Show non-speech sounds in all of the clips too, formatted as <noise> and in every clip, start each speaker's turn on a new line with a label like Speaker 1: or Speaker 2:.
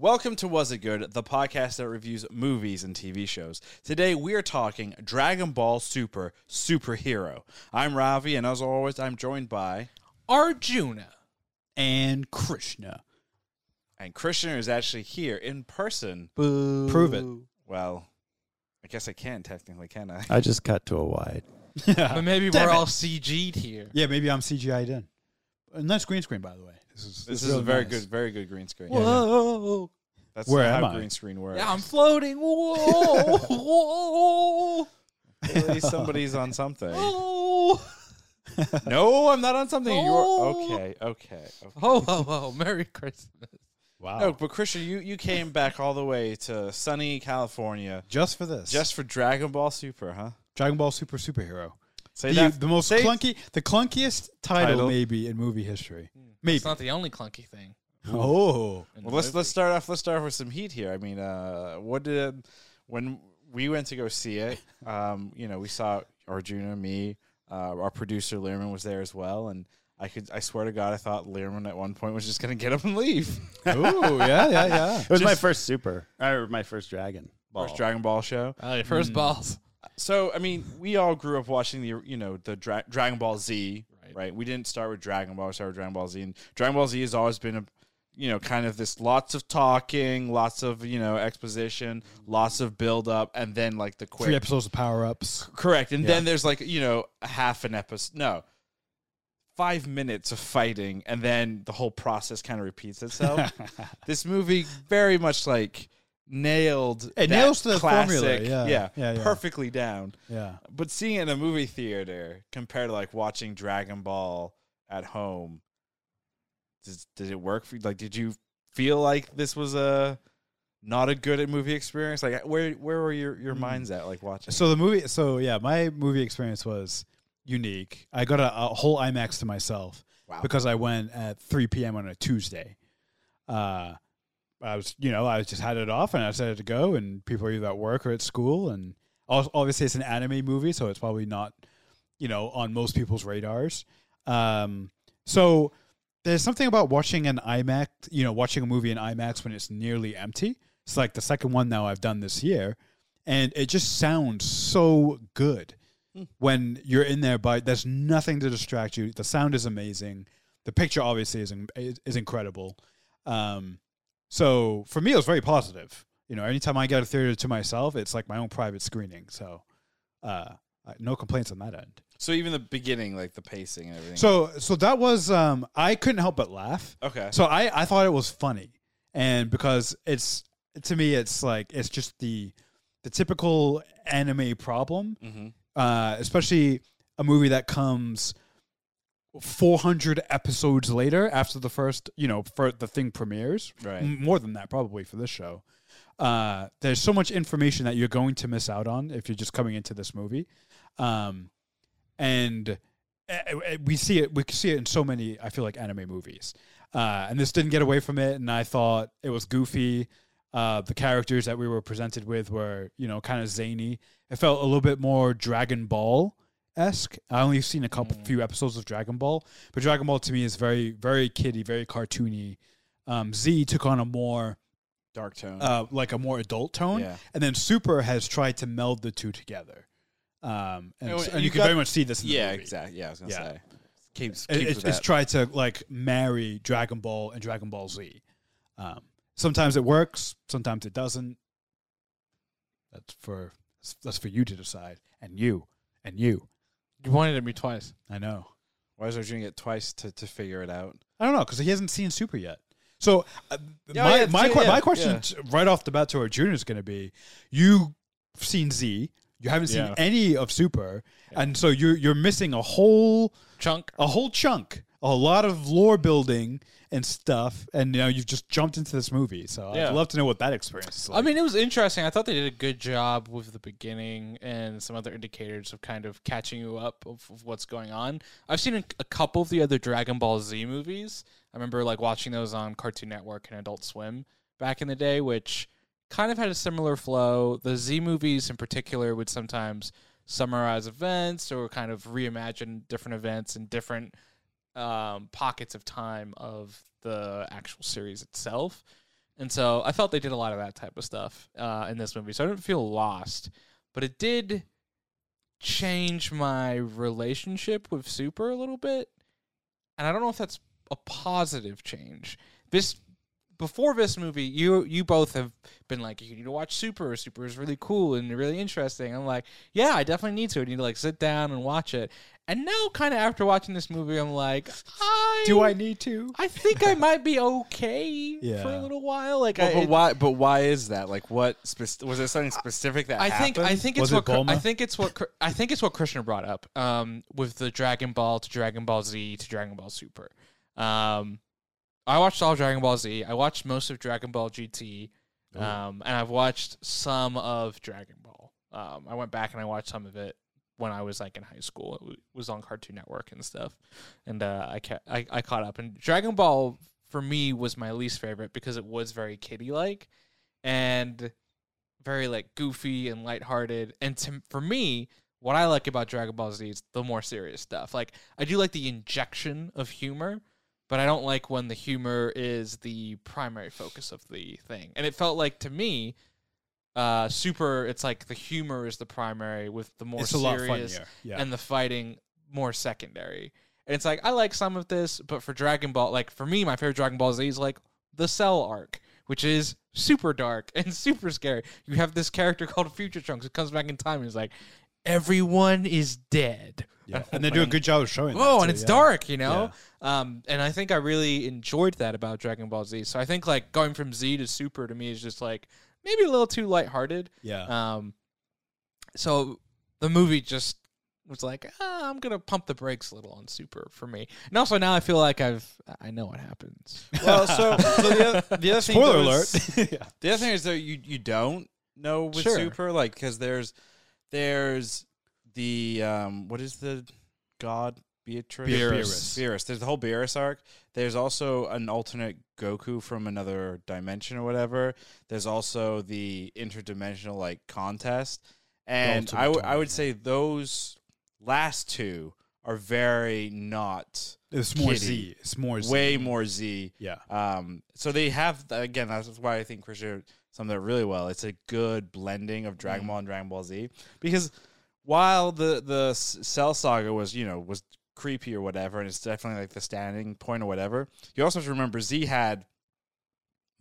Speaker 1: Welcome to Was It Good, the podcast that reviews movies and TV shows. Today we are talking Dragon Ball Super Superhero. I'm Ravi, and as always, I'm joined by.
Speaker 2: Arjuna.
Speaker 3: and Krishna.
Speaker 1: And Krishna is actually here in person.
Speaker 3: Prove it.
Speaker 1: Well, I guess I can technically, can
Speaker 3: Uh,
Speaker 1: I?
Speaker 4: I just cut to a wide.
Speaker 2: But maybe
Speaker 3: Damn
Speaker 2: we're
Speaker 3: it.
Speaker 2: all CG'd here.
Speaker 3: Yeah, maybe I'm CGI'd in. And that's green screen, by the way. This is,
Speaker 1: This is a
Speaker 3: really
Speaker 1: very
Speaker 3: nice.
Speaker 1: good, very good green screen.
Speaker 3: Whoa.
Speaker 1: That's
Speaker 3: Where
Speaker 1: how
Speaker 3: am I?
Speaker 1: green screen works.
Speaker 2: Yeah, I'm floating. Whoa, whoa,
Speaker 1: At least somebody's on something.
Speaker 2: <laughs> whoa.
Speaker 1: no, I'm not on something. You're
Speaker 2: Oh.
Speaker 1: okay, okay, okay.
Speaker 2: Ho, ho, ho. Merry Christmas.
Speaker 3: Wow.
Speaker 1: No, but Krishna, you, you came back all the way to sunny California
Speaker 3: Just for this.
Speaker 1: just for Dragon Ball Super, huh?
Speaker 3: Dragon Ball Super Superhero.
Speaker 1: Say
Speaker 3: The,
Speaker 1: that
Speaker 3: the most
Speaker 1: say-
Speaker 3: clunky, the clunkiest title,
Speaker 1: Title.
Speaker 3: maybe in movie history. Maybe.
Speaker 2: It's not the only clunky thing.
Speaker 3: Oh.
Speaker 2: in
Speaker 1: Well,
Speaker 2: the
Speaker 1: let's
Speaker 2: movie.
Speaker 1: let's start off. Let's start off with some heat here. I mean, uh, what did when we went to go see <laughs> it? Um, you know, we saw Arjuna, me, uh, our producer Learman was there as well, and I could I swear to God, I thought Learman at one point was just going to get up and <laughs> leave.
Speaker 3: Ooh, yeah, yeah, yeah.
Speaker 4: It was my first super, or my first dragon. Ball.
Speaker 1: First Dragon Ball show.
Speaker 2: Oh, your first balls.
Speaker 1: So I mean, we all grew up watching the you know the dra- Dragon Ball Z, right.
Speaker 2: Right.
Speaker 1: We didn't start with Dragon Ball. We started with Dragon Ball Z, and Dragon Ball Z has always been a you know kind of this lots of talking, lots of you know exposition, lots of build up, and then like the quick
Speaker 3: Three episodes of power ups.
Speaker 1: correct, and then there's like you know a half an episode no. Five minutes of fighting, and then the whole process kind of repeats
Speaker 3: <laughs>
Speaker 1: itself. this movie very much like nailed
Speaker 3: It
Speaker 1: that
Speaker 3: nails the
Speaker 1: classic,
Speaker 3: formula, yeah. Yeah, yeah.
Speaker 1: perfectly down.
Speaker 3: Yeah.
Speaker 1: But seeing it in a movie theater compared to like watching Dragon Ball at home, does, did it work for you? Like, did you feel like this was a not a good movie experience? Like, where where were your, your minds at like watching?
Speaker 3: So the movie, so yeah, my movie experience was unique. I got a, a whole IMAX to myself
Speaker 1: Wow.
Speaker 3: because I went at 3 p.m. on a Tuesday. Uh, I was, you know, I just had it off and I decided to go, and people are either at work or at school. And al- obviously, it's an anime movie, so it's probably not, you know, on most people's radars. Um, so there's something about watching an IMAX, you know, watching a movie in IMAX when it's nearly empty. It's like the second one now I've done this year, and it just sounds so good when you're in there. By there's nothing to distract you. The sound is amazing. The picture obviously is in- is, is incredible. Um, so for me, it was very positive. You know, anytime I get a theater to myself, it's like my own private screening. So, uh, I- no complaints on that end.
Speaker 1: So even the beginning, like the pacing and everything.
Speaker 3: So, so that was um, I couldn't help but laugh.
Speaker 1: okay,
Speaker 3: So I, I thought it was funny, and because it's to me, it's like it's just the the typical anime problem,
Speaker 1: Mhm.
Speaker 3: uh, especially a movie that comes 400 episodes later after the first, you know, for the thing premieres.
Speaker 1: Right.
Speaker 3: M- More than that, probably for this show. Uh, there's so much information that you're going to miss out on if you're just coming into this movie, um, and eh, eh, we see it. We see it in so many. I feel like anime movies, uh, and this didn't get away from it. And I thought it was goofy. Uh, the characters that we were presented with were, you know, kind of zany. It felt a little bit more Dragon Ball esque. I only seen a
Speaker 1: Mm.
Speaker 3: couple few episodes of Dragon Ball, but Dragon Ball to me is very, very kiddie, very cartoony. Um, Z took on a more
Speaker 1: dark tone.
Speaker 3: uh, like a more adult tone,
Speaker 1: Yeah.
Speaker 3: and then Super has tried to meld the two together. Um, and,
Speaker 1: Oh,
Speaker 3: and
Speaker 1: and
Speaker 3: you
Speaker 1: you
Speaker 3: can
Speaker 1: got-
Speaker 3: very much see this. In the
Speaker 1: yeah,
Speaker 3: movie.
Speaker 1: exactly. Yeah, I was gonna
Speaker 3: Yeah.
Speaker 1: say. Keeps, keeps
Speaker 3: It- it's,
Speaker 1: with
Speaker 3: it's
Speaker 1: that.
Speaker 3: tried to like marry Dragon Ball and Dragon Ball Z. Um, sometimes it works, sometimes it doesn't. That's for that's for you to decide, and you, and you.
Speaker 2: You pointed at me twice.
Speaker 3: I know.
Speaker 1: Why is Arjuna it twice to, to figure it out?
Speaker 3: I don't know because he hasn't seen Super yet. So uh, my
Speaker 1: yeah,
Speaker 3: my,
Speaker 1: so,
Speaker 3: que-
Speaker 1: yeah,
Speaker 3: my question
Speaker 1: yeah.
Speaker 3: t- right off the bat to our junior is going to be: You've seen Z, you haven't seen
Speaker 1: Yeah.
Speaker 3: any of Super, and so you're you're missing a whole
Speaker 2: Chunk.
Speaker 3: a whole chunk, a lot of lore building and stuff, and now you've just jumped into this movie. So
Speaker 2: Yeah.
Speaker 3: I'd love to know what that experience is like.
Speaker 2: I mean, it was interesting. I thought they did a good job with the beginning and some other indicators of kind of catching you up of, of what's going on. I've seen a, a couple of the other Dragon Ball Z movies. I remember like watching those on Cartoon Network and Adult Swim back in the day, which kind of had a similar flow. The Z movies in particular would sometimes summarize events or kind of reimagine different events and different um, pockets of time of the actual series itself. And so I felt they did a lot of that type of stuff uh, in this movie. So I didn't feel lost, but it did change my relationship with Super a little bit. And I don't know if that's a positive change. This before this movie, you you both have been like, you need to watch Super. Super is really cool and really interesting. I'm like, yeah, I definitely need to. I need to like sit down and watch it. And now, kind of after watching this movie, I'm like, I
Speaker 3: Do I need to?
Speaker 2: I think I might be okay for a
Speaker 3: Yeah.
Speaker 2: little while. Like,
Speaker 1: Well,
Speaker 2: I,
Speaker 1: but why? But why is that? Like, what? Speci- was there something specific that
Speaker 2: I think I
Speaker 1: happened?
Speaker 2: think it's
Speaker 3: Was it
Speaker 2: what Kr- I
Speaker 3: Bulma?
Speaker 2: think it's what Kr- I think it's what Krishna brought up um, with the Dragon Ball to Dragon Ball Z to Dragon Ball Super. Um, I watched all Dragon Ball Z. I watched most of Dragon Ball GT, um, and I've watched some of Dragon Ball. Um, I went back and I watched some of it when I was like in high school. It w- was on Cartoon Network and stuff, and uh, I, ca- I I caught up. And Dragon Ball for me was my least favorite because it was very kiddie like, and very like goofy and lighthearted. And to, for me, what I like about Dragon Ball Z is the more serious stuff. Like I do like the injection of humor, but I don't like when the humor is the primary focus of the thing. And it felt like to me, uh, Super, it's like the humor is the primary with the more
Speaker 3: it's a lot
Speaker 2: serious
Speaker 3: funnier. Yeah.
Speaker 2: and the fighting more secondary. And it's like I like some of this, but for Dragon Ball, like for me, my favorite Dragon Ball Z is like the Cell arc, which is super dark <laughs> and super scary. You have this character called Future Trunks who comes back in time and is like, everyone is
Speaker 3: <laughs>
Speaker 2: dead. <laughs>
Speaker 3: Yeah. And they do a good job of showing.
Speaker 2: Oh,
Speaker 3: that
Speaker 2: and
Speaker 3: too,
Speaker 2: it's
Speaker 3: yeah.
Speaker 2: dark, you know. Um, and I think I really enjoyed that about Dragon Ball Z. So I think like going from Z to Super to me is just like maybe a little too lighthearted.
Speaker 3: Yeah.
Speaker 2: Um, so the movie just was like, ah, I'm gonna pump the brakes a little on Super for me, and also now I feel like I've I know what happens.
Speaker 1: well, so,
Speaker 3: <laughs>
Speaker 1: so the other, the other thing that
Speaker 3: Spoiler
Speaker 1: was-
Speaker 2: <laughs>
Speaker 3: alert. <laughs> yeah.
Speaker 1: <laughs> The other thing is though you you don't know with
Speaker 2: Sure.
Speaker 1: super like because there's there's the um what is the god Beatrice
Speaker 3: Beerus.
Speaker 1: Beerus. There's the whole Beerus arc. There's also an alternate Goku from another dimension or whatever. There's also the interdimensional like contest, and I would I would say those last two are very not
Speaker 3: It's more
Speaker 1: Kitty.
Speaker 3: Z. It's more Z.
Speaker 1: way more Z
Speaker 3: Yeah.
Speaker 1: um, so they have again. That's why I think Christian summed that really well. It's a good blending of Dragon
Speaker 2: Mm-hmm.
Speaker 1: Ball and Dragon Ball Z because while the the S- Cell Saga was you know was creepy or whatever, and it's definitely like the standing point or whatever. You also have to remember Z had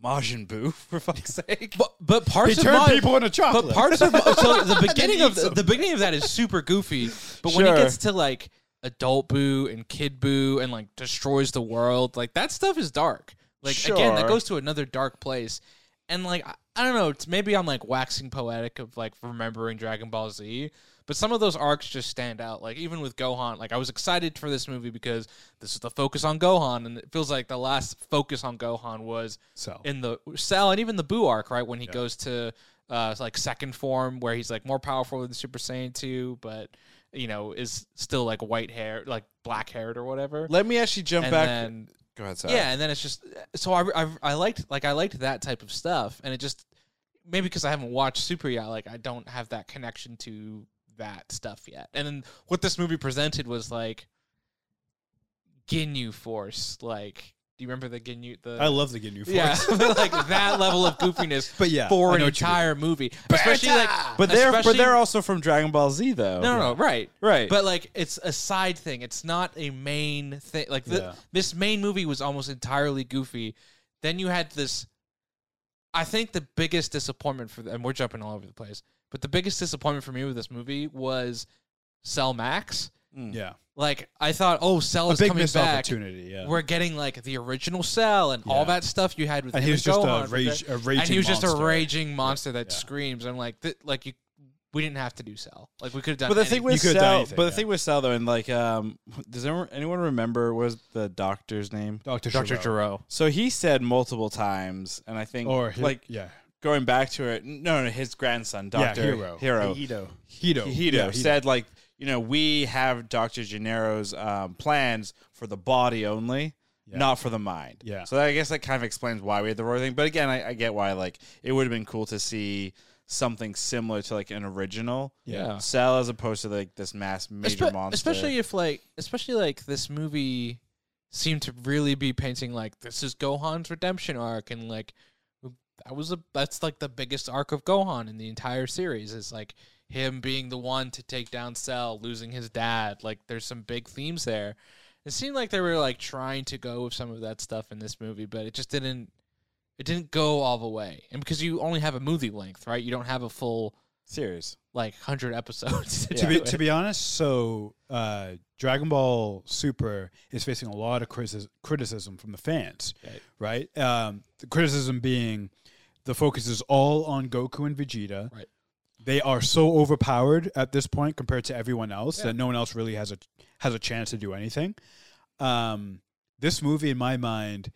Speaker 1: Majin Buu <laughs> for
Speaker 2: <laughs>
Speaker 1: fuck's sake.
Speaker 2: But but parts
Speaker 3: He turned people into chocolate.
Speaker 2: But parts of so the beginning of
Speaker 3: eats
Speaker 2: the, the beginning of that is super goofy, but when it
Speaker 1: Sure.
Speaker 2: gets to like adult boo and kid boo and like destroys the world, like that stuff is dark. Like again, that
Speaker 1: Sure.
Speaker 2: goes to another dark place. And like I, I don't know, it's maybe I'm like waxing poetic of like remembering Dragon Ball Z, but some of those arcs just stand out. Like even with Gohan, like I was excited for this movie because this is the focus on Gohan, and it feels like the last focus on Gohan was
Speaker 3: Cell.
Speaker 2: in the Cell and even the Boo arc, right? When he goes to uh, like second form, where he's like more powerful than Super Saiyan two, but you know is still like white hair, like black haired or whatever.
Speaker 1: Let me actually jump
Speaker 2: and
Speaker 1: back.
Speaker 2: then
Speaker 1: Go ahead, sorry.
Speaker 2: yeah, and then it's just so I, I I liked like I liked that type of stuff, and it just maybe because I haven't watched Super yet, like I don't have that connection to that stuff yet. And then what this movie presented was like Ginyu Force, like. Do you remember the Ginyu? The
Speaker 3: I love the Ginyu Force.
Speaker 2: <laughs> yeah, like that level of goofiness
Speaker 3: But yeah, I
Speaker 2: for an
Speaker 3: know what you
Speaker 2: entire movie, especially like,
Speaker 1: but they're but
Speaker 2: especially-
Speaker 1: they're also from Dragon Ball Z though.
Speaker 2: no, no, no, right,
Speaker 1: Right.
Speaker 2: But like, it's a side thing. It's not a main thing. Like the,
Speaker 3: Yeah.
Speaker 2: this main movie was almost entirely goofy. Then you had this. I think the biggest disappointment for, and we're jumping all over the place, but the biggest disappointment for me with this movie was Cell Max.
Speaker 3: Yeah.
Speaker 2: Like I thought, oh, Cell
Speaker 3: A
Speaker 2: is
Speaker 3: big
Speaker 2: coming
Speaker 3: missed
Speaker 2: back.
Speaker 3: opportunity. Yeah.
Speaker 2: We're getting like the original Cell and all
Speaker 3: Yeah.
Speaker 2: that stuff you had with
Speaker 3: and
Speaker 2: him
Speaker 3: he was just
Speaker 2: Gohan,
Speaker 3: a,
Speaker 2: but
Speaker 3: rage,
Speaker 2: the-
Speaker 3: a raging.
Speaker 2: and he was just a
Speaker 3: monster.
Speaker 2: raging monster that
Speaker 3: Yeah.
Speaker 2: screams. I'm like, th- like you, we didn't have to do Cell. Like we could have done.
Speaker 1: But the thing
Speaker 2: anything.
Speaker 1: with
Speaker 3: You could've done
Speaker 1: Cell,
Speaker 3: anything,
Speaker 1: but the
Speaker 3: yeah.
Speaker 1: thing with Cell though, and like, um, does anyone, anyone remember what was the doctor's name?
Speaker 3: Doctor
Speaker 2: Dr.
Speaker 3: Dr.
Speaker 2: Giroux.
Speaker 1: So he said multiple times, and I think
Speaker 3: or hi-
Speaker 1: like
Speaker 3: yeah,
Speaker 1: going back to it. No, no, his grandson,
Speaker 3: Yeah,
Speaker 1: Doctor
Speaker 3: Hero.
Speaker 4: Aido.
Speaker 3: Hito.
Speaker 1: Hito
Speaker 3: Yeah,
Speaker 1: said like, you know, we have Doctor Gennaro's um, plans for the body only.
Speaker 3: Yeah.
Speaker 1: Not for the mind.
Speaker 3: Yeah.
Speaker 1: So I guess that kind of explains why we had the roar thing. But again, I, I get why. Like, it would have been cool to see something similar to like an original
Speaker 2: Yeah.
Speaker 1: cell as opposed to like this mass major
Speaker 2: Espe-
Speaker 1: monster.
Speaker 2: Especially if like, especially like this movie seemed to really be painting like this is Gohan's redemption arc and like that was a that's like the biggest arc of Gohan in the entire series is like him being the one to take down Cell, losing his dad. Like there's some big themes there. It seemed like they were like trying to go with some of that stuff in this movie, but it just didn't it didn't go all the way. And because you only have a movie length, right? You don't have a full
Speaker 1: Serious.
Speaker 2: like 100 episodes. <laughs>
Speaker 1: Yeah.
Speaker 3: to be
Speaker 2: do
Speaker 3: to
Speaker 2: it.
Speaker 3: be honest, so uh, Dragon Ball Super is facing a lot of criticism, criticism from the fans, right? Um, the criticism being the focus is all on Goku and Vegeta.
Speaker 2: Right.
Speaker 3: They are so overpowered at this point compared to everyone else
Speaker 2: Yeah.
Speaker 3: that no one else really has a has a chance to do anything. Um, this movie, in my mind,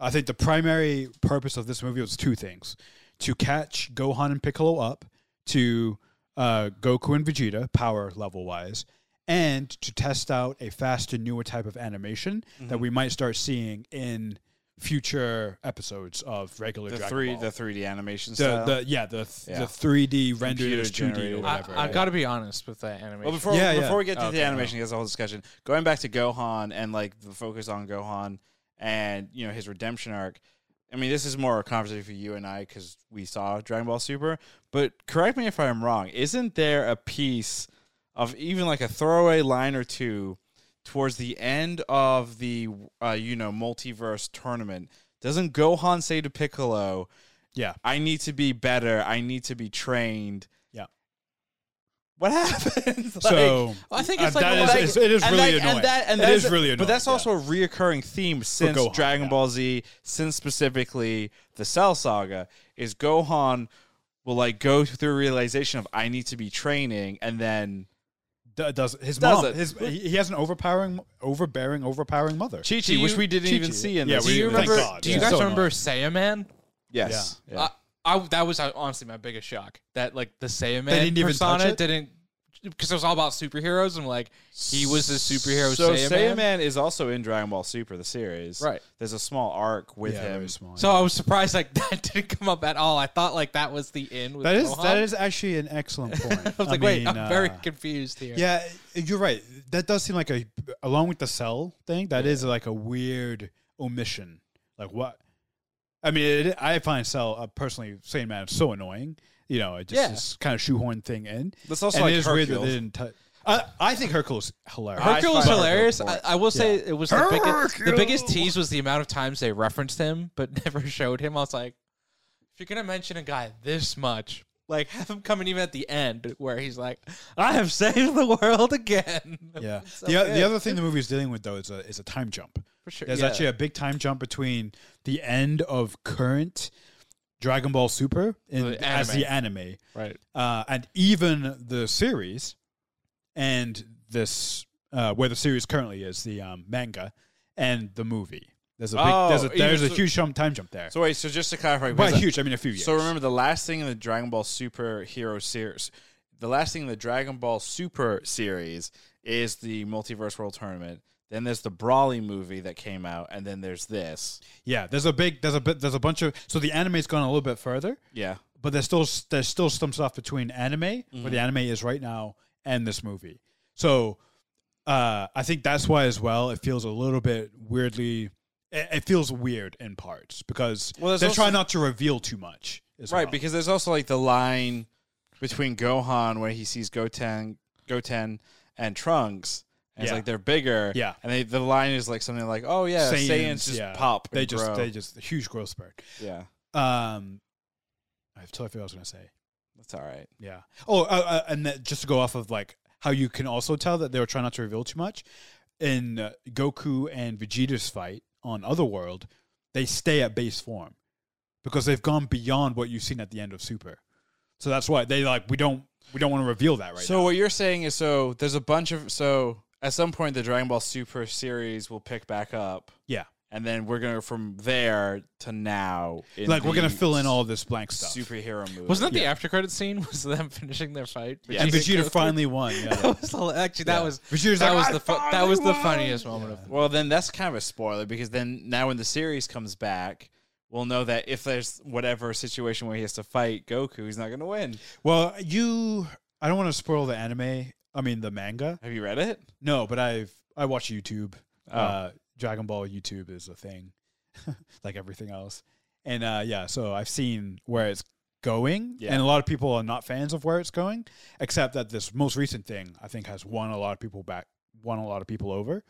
Speaker 3: I think the primary purpose of this movie was two things: to catch Gohan and Piccolo up, to uh, Goku and Vegeta power level wise, and to test out a faster, newer type of animation
Speaker 1: Mm-hmm.
Speaker 3: that we might start seeing in future episodes of regular
Speaker 1: The
Speaker 3: Dragon
Speaker 1: three
Speaker 3: Ball.
Speaker 1: the three D animation
Speaker 3: the,
Speaker 1: style.
Speaker 3: the yeah the th-
Speaker 1: Yeah.
Speaker 3: the three D rendered
Speaker 1: Computer
Speaker 3: as two D or
Speaker 1: generated.
Speaker 3: whatever.
Speaker 2: I, I
Speaker 3: right?
Speaker 2: got to be honest with that animation.
Speaker 1: well, before
Speaker 3: Yeah, yeah. Oh,
Speaker 1: before we get to
Speaker 2: Okay,
Speaker 1: the
Speaker 2: no.
Speaker 1: animation, because the whole discussion going back to Gohan and like the focus on Gohan and you know his redemption arc. I mean, this is more a conversation for you and I because we saw Dragon Ball Super. But correct me if I'm wrong. Isn't there a piece of even like a throwaway line or two towards the end of the uh, you know multiverse tournament? Doesn't Gohan say to Piccolo,
Speaker 3: yeah
Speaker 1: I need to be better. I need to be trained.
Speaker 3: Yeah.
Speaker 1: What <laughs> happens? Like-
Speaker 3: so
Speaker 2: I think
Speaker 3: uh,
Speaker 2: it's like,
Speaker 3: that
Speaker 2: well,
Speaker 3: is-
Speaker 2: like-
Speaker 3: it's- it is
Speaker 1: and
Speaker 3: really
Speaker 1: like-
Speaker 3: annoying.
Speaker 1: And that, and
Speaker 3: It
Speaker 1: that's-
Speaker 3: is really annoying.
Speaker 1: But that's
Speaker 3: yeah.
Speaker 1: also a reoccurring theme since
Speaker 3: Gohan,
Speaker 1: Dragon
Speaker 3: yeah.
Speaker 1: Ball Z, since specifically the Cell Saga, is Gohan will like go through a realization of I need to be training, and then
Speaker 3: D- does his
Speaker 1: Does
Speaker 3: mom
Speaker 1: it.
Speaker 3: his he he has an overpowering overbearing overpowering mother.
Speaker 1: Chi
Speaker 2: Do
Speaker 1: Chi, which
Speaker 2: you-
Speaker 1: we didn't
Speaker 3: Chi-Chi.
Speaker 1: even see in
Speaker 3: Yeah,
Speaker 1: this.
Speaker 2: do
Speaker 3: we-
Speaker 2: you
Speaker 3: thank
Speaker 2: remember?
Speaker 3: God,
Speaker 2: do you
Speaker 3: yeah.
Speaker 2: guys
Speaker 3: So
Speaker 2: remember
Speaker 3: annoying.
Speaker 2: Saiyaman?
Speaker 1: yes, yeah.
Speaker 2: I, I that was uh, honestly my biggest shock that like the Saiyaman
Speaker 3: They didn't even
Speaker 2: persona
Speaker 3: touch it?
Speaker 2: didn't because it was all about superheroes and like he was the superhero
Speaker 1: So
Speaker 2: Saiyaman.
Speaker 1: Saiyaman is also in Dragon Ball Super, the series.
Speaker 2: Right.
Speaker 1: There's a small arc with
Speaker 3: yeah,
Speaker 1: him.
Speaker 3: very small,
Speaker 2: So I was surprised like <laughs> that didn't come up at all. I thought like that was the end. With
Speaker 3: That is
Speaker 2: Gohan.
Speaker 3: that is actually an excellent
Speaker 2: <laughs>
Speaker 3: point. uh,
Speaker 2: I was like, wait, I'm very confused here.
Speaker 3: Yeah, you're right. That does seem like a along with the cell thing. That is like a weird omission. Like what? I mean, it, I find cell uh, personally, same man, so annoying. You know, it just
Speaker 2: Yeah.
Speaker 3: this kind of shoehorn thing in.
Speaker 1: That's also
Speaker 3: and
Speaker 1: like
Speaker 3: it is weird that
Speaker 1: Hercules.
Speaker 3: they didn't. tou- I I think Hercules hilarious.
Speaker 1: I
Speaker 2: Hercules
Speaker 1: find
Speaker 2: hilarious.
Speaker 1: Hercule
Speaker 2: I,
Speaker 1: boring.
Speaker 2: I will say it was the biggest, the biggest
Speaker 3: Hercule!
Speaker 2: tease was the amount of times they referenced him but <laughs> never showed him. I was like, if you're gonna mention a guy this much, like have him coming even at the end where he's like, I have saved the world again.
Speaker 3: yeah.
Speaker 2: It's so
Speaker 3: the, o-
Speaker 2: good.
Speaker 3: the other thing the movie is dealing with though is a is a time jump.
Speaker 2: <laughs> for sure.
Speaker 3: There's
Speaker 2: yeah.
Speaker 3: actually a big time jump between the end of current Dragon Ball Super in,
Speaker 2: The
Speaker 3: as
Speaker 2: anime.
Speaker 3: the anime
Speaker 2: right.
Speaker 3: uh, and even the series and this uh, where the series currently is the um, manga and the movie. There's a big,
Speaker 1: Oh,
Speaker 3: there's a
Speaker 1: even
Speaker 3: there's a
Speaker 1: so-
Speaker 3: huge jump time jump there.
Speaker 1: So wait, so just to clarify,
Speaker 3: By
Speaker 1: was that-
Speaker 3: huge, I mean a few years.
Speaker 1: So remember the last thing in the Dragon Ball Super Hero series, the last thing in the Dragon Ball Super series is the Multiverse World Tournament. Then there's the Brawly movie that came out, and then there's this.
Speaker 3: yeah, there's a big there's a bit there's a bunch of so the anime's gone a little bit further,
Speaker 1: Yeah,
Speaker 3: but there's still there's still some stuff between anime where
Speaker 1: Mm-hmm.
Speaker 3: the anime is right now and this movie. So uh, I think that's why as well it feels a little bit weirdly. It, it feels weird in parts because
Speaker 1: Well, there's
Speaker 3: they're
Speaker 1: also-
Speaker 3: trying not to reveal too much. as
Speaker 1: right.
Speaker 3: well.
Speaker 1: Because there's also like the line between Gohan where he sees Goten, Goten, and Trunks. And It's
Speaker 3: Yeah.
Speaker 1: like they're bigger.
Speaker 3: Yeah.
Speaker 1: and they, the line is like something like, "Oh yeah, Saiyans, just
Speaker 3: yeah.
Speaker 1: pop.
Speaker 3: They
Speaker 1: and
Speaker 3: just
Speaker 1: grow."
Speaker 3: they just huge growth spurt.
Speaker 1: yeah,
Speaker 3: Um, I totally forgot what I was gonna say.
Speaker 1: that's all right.
Speaker 3: Yeah. Oh, uh, uh, and that, just to go off of like how you can also tell that they were trying not to reveal too much in uh, Goku and Vegeta's fight on Otherworld, they stay at base form because they've gone beyond what you've seen at the end of Super. So that's why they like we don't we don't want to reveal that right
Speaker 1: so
Speaker 3: now.
Speaker 1: what you're saying is so there's a bunch of so at some point the Dragon Ball Super series will pick back up.
Speaker 3: Yeah.
Speaker 1: And then we're gonna from there to now. in
Speaker 3: Like we're gonna
Speaker 1: the
Speaker 3: fill in all this blank stuff.
Speaker 1: superhero movies.
Speaker 2: Wasn't that the after credit scene? <laughs> Was them finishing their fight?
Speaker 1: Yeah.
Speaker 3: and
Speaker 2: and
Speaker 3: Vegeta
Speaker 2: Goku?
Speaker 3: finally won.
Speaker 1: <laughs>
Speaker 2: <laughs>
Speaker 3: Yeah.
Speaker 2: That was the- actually that was
Speaker 3: Vegeta's
Speaker 2: that
Speaker 3: like,
Speaker 2: was
Speaker 3: "I
Speaker 2: the fu- that
Speaker 3: finally
Speaker 2: was the
Speaker 3: won!"
Speaker 2: funniest moment of
Speaker 1: Well, then that's kind of a spoiler because then now when the series comes back, we'll know that if there's whatever situation where he has to fight Goku, he's not gonna win.
Speaker 3: Well, you, I don't want to spoil the anime. I mean the manga.
Speaker 1: Have you read it?
Speaker 3: No, but I've I watch YouTube.
Speaker 1: Oh.
Speaker 3: <laughs> Uh, Dragon Ball YouTube is a thing, like everything else. And uh, yeah, so I've seen where it's going,
Speaker 4: Yeah.
Speaker 3: and a lot of people are not fans of where it's going, except that this most recent thing I think has won a lot of people back, won a lot of people over.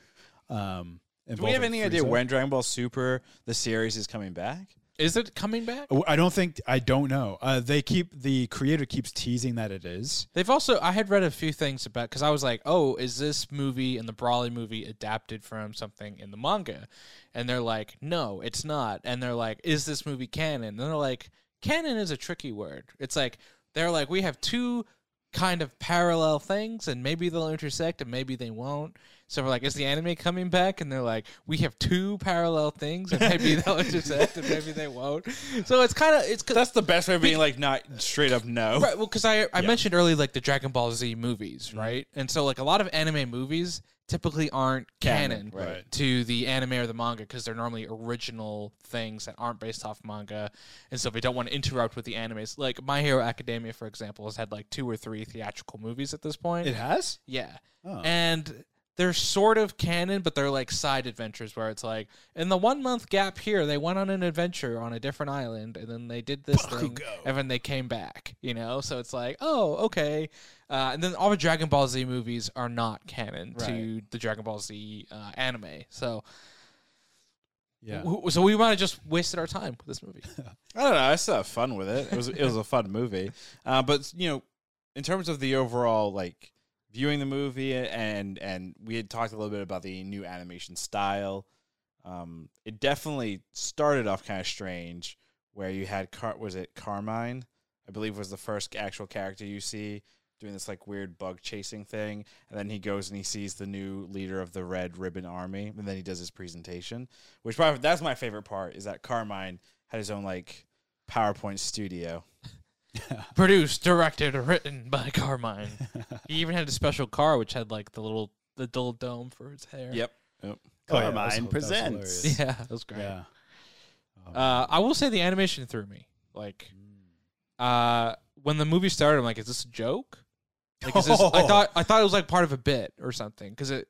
Speaker 3: Um,
Speaker 1: Do we have
Speaker 3: involving
Speaker 1: any idea
Speaker 3: Frieza.
Speaker 1: when Dragon Ball Super the series is coming back?
Speaker 2: Is it coming back?
Speaker 3: Oh, I don't think I don't know. Uh, they keep the creator keeps teasing that it is.
Speaker 2: They've also I had read a few things about because I was like, oh, is this movie and the Brawley movie adapted from something in the manga? And they're like, no, it's not. And they're like, is this movie canon? And they're like, canon is a tricky word. It's like they're like we have two kind of parallel things, and maybe they'll intersect, and maybe they won't. So we're like, is the anime coming back? And they're like, we have two parallel things, and maybe they'll intersect, and maybe they won't. So it's kind of it's
Speaker 1: That's the best way of being like not straight up no.
Speaker 2: Right. Well, because I I mentioned earlier like the Dragon Ball Z movies,
Speaker 1: Mm-hmm.
Speaker 2: right? And so like a lot of anime movies typically aren't canon,
Speaker 1: Canon, right.
Speaker 2: to the anime or the manga because they're normally original things that aren't based off manga, and so they don't want to interrupt with the animes. Like My Hero Academia, for example, has had like two or three theatrical movies at this point.
Speaker 3: It has.
Speaker 2: Yeah.
Speaker 3: Oh.
Speaker 2: And they're sort of canon, but they're like side adventures where it's like in the one month gap here, they went on an adventure on a different island, and then they did this thing, and then they came back. You know, so it's like, oh, okay. Uh, and then all the Dragon Ball Z movies are not canon to the Dragon Ball Z uh, anime. So,
Speaker 3: Yeah.
Speaker 2: w- so we might have just wasted our time with this
Speaker 3: <laughs>
Speaker 2: movie.
Speaker 1: I don't know. I still have fun with it. It was it was a fun movie, uh, but you know, in terms of the overall like viewing the movie and and we had talked a little bit about the new animation style. Um, it definitely started off kind of strange, where you had Car- was it Carmine, I believe was the first actual character you see doing this like weird bug chasing thing, and then he goes and he sees the new leader of the Red Ribbon Army, and then he does his presentation, which probably that's my favorite part is that Carmine had his own like PowerPoint studio.
Speaker 2: produced, directed, written by Carmine. he even had a special car which had like the little the little dome for his hair.
Speaker 1: Yep.
Speaker 3: Oh, yeah,
Speaker 4: Carmine
Speaker 3: that's- that's
Speaker 4: presents.
Speaker 2: <laughs>
Speaker 3: hilarious.
Speaker 2: Yeah, that was great.
Speaker 3: Yeah.
Speaker 2: Uh, I will say the animation threw me. Like,
Speaker 3: Mm.
Speaker 2: uh, when the movie started, I'm like, is this a joke? Like, is this? I thought I thought it was like part of a bit or something because it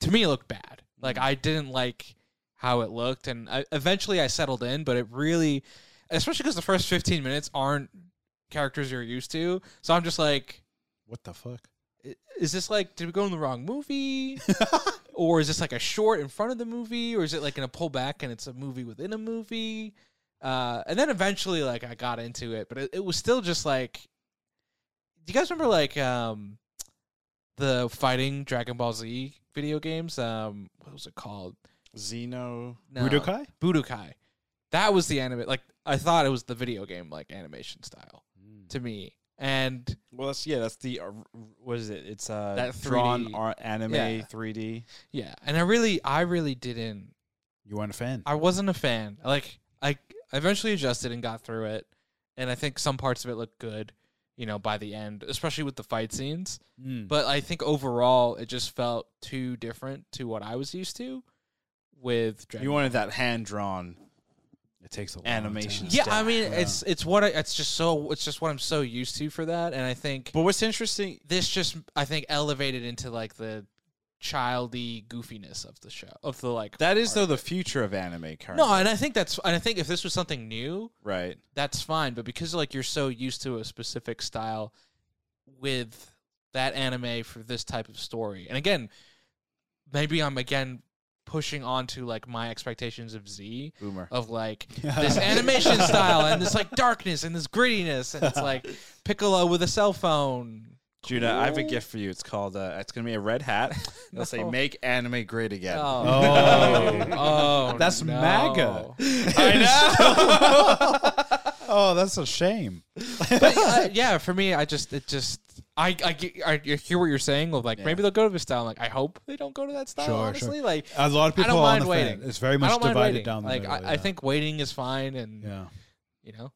Speaker 2: to me it looked bad. Like, I didn't like how it looked, and I, eventually I settled in. But it really, especially because the first 15 minutes aren't characters you're used to, so I'm just like,
Speaker 3: What the fuck?
Speaker 2: i- is this like did we go in the wrong movie? or is this like a short in front of the movie or is it like in a pullback and it's a movie within a movie uh, and then eventually like i got into it but it, it was still just like do you guys remember like um the fighting dragon ball z video games um what was it called
Speaker 1: Xeno.
Speaker 2: No,
Speaker 3: Budokai?
Speaker 2: budokai that was the anime like i thought it was the video game like animation style to me and
Speaker 1: Well, that's yeah. That's the uh, r- what is it? It's uh
Speaker 2: That
Speaker 1: drawn
Speaker 2: 3D.
Speaker 1: ar- anime
Speaker 2: Yeah.
Speaker 1: 3D.
Speaker 2: yeah and i really i really didn't
Speaker 3: You weren't a fan.
Speaker 2: I wasn't a fan. Like I I eventually adjusted and got through it, and I think some parts of it looked good, you know, by the end, especially with the fight scenes.
Speaker 3: Mm.
Speaker 2: But I think overall, it just felt too different to what I was used to with Dragon.
Speaker 1: You wanted that hand drawn.
Speaker 3: It takes a long
Speaker 1: Animation.
Speaker 3: time.
Speaker 2: yeah,
Speaker 1: style.
Speaker 2: I mean, it's it's what I, it's just so it's just what I'm so used to for that, and I think
Speaker 1: But what's interesting?
Speaker 2: this just I think elevated into like the childy goofiness of the show of the like
Speaker 1: That is though
Speaker 2: art.
Speaker 1: the future of anime currently.
Speaker 2: no, and I think that's and I think if this was something new,
Speaker 1: right.
Speaker 2: that's fine. But because like you're so used to a specific style with that anime for this type of story, and again, maybe I'm again pushing on to like my expectations of Z
Speaker 1: Boomer.
Speaker 2: of
Speaker 3: <laughs>
Speaker 2: like this animation style and this like darkness and this grittiness and it's like Piccolo with a cell
Speaker 3: <laughs>
Speaker 2: phone.
Speaker 1: Judah, I have a gift for you. It's called. Uh, it's gonna be a red <laughs> hat. They'll say,
Speaker 2: No.
Speaker 1: "Make anime great again."
Speaker 2: Oh, oh,
Speaker 3: That's
Speaker 2: no.
Speaker 3: <laughs> MAGA.
Speaker 1: I know.
Speaker 3: <laughs> Oh, that's a shame. <laughs>
Speaker 2: But, uh, yeah, for me, I just it just I I, get- I hear what you're saying. Of like
Speaker 1: Yeah.
Speaker 2: maybe they'll go to this style. Like I hope they don't go to that style.
Speaker 3: Sure, sure.
Speaker 2: honestly, like
Speaker 3: A lot of
Speaker 2: I don't
Speaker 3: people are on
Speaker 2: mind
Speaker 3: the
Speaker 2: waiting.
Speaker 3: Fan. It's very
Speaker 2: I
Speaker 3: much
Speaker 2: don't mind
Speaker 3: divided
Speaker 2: waiting.
Speaker 3: down the
Speaker 2: like
Speaker 3: middle.
Speaker 2: I, I
Speaker 3: yeah.
Speaker 2: think waiting is fine, and
Speaker 3: Yeah.
Speaker 2: you know,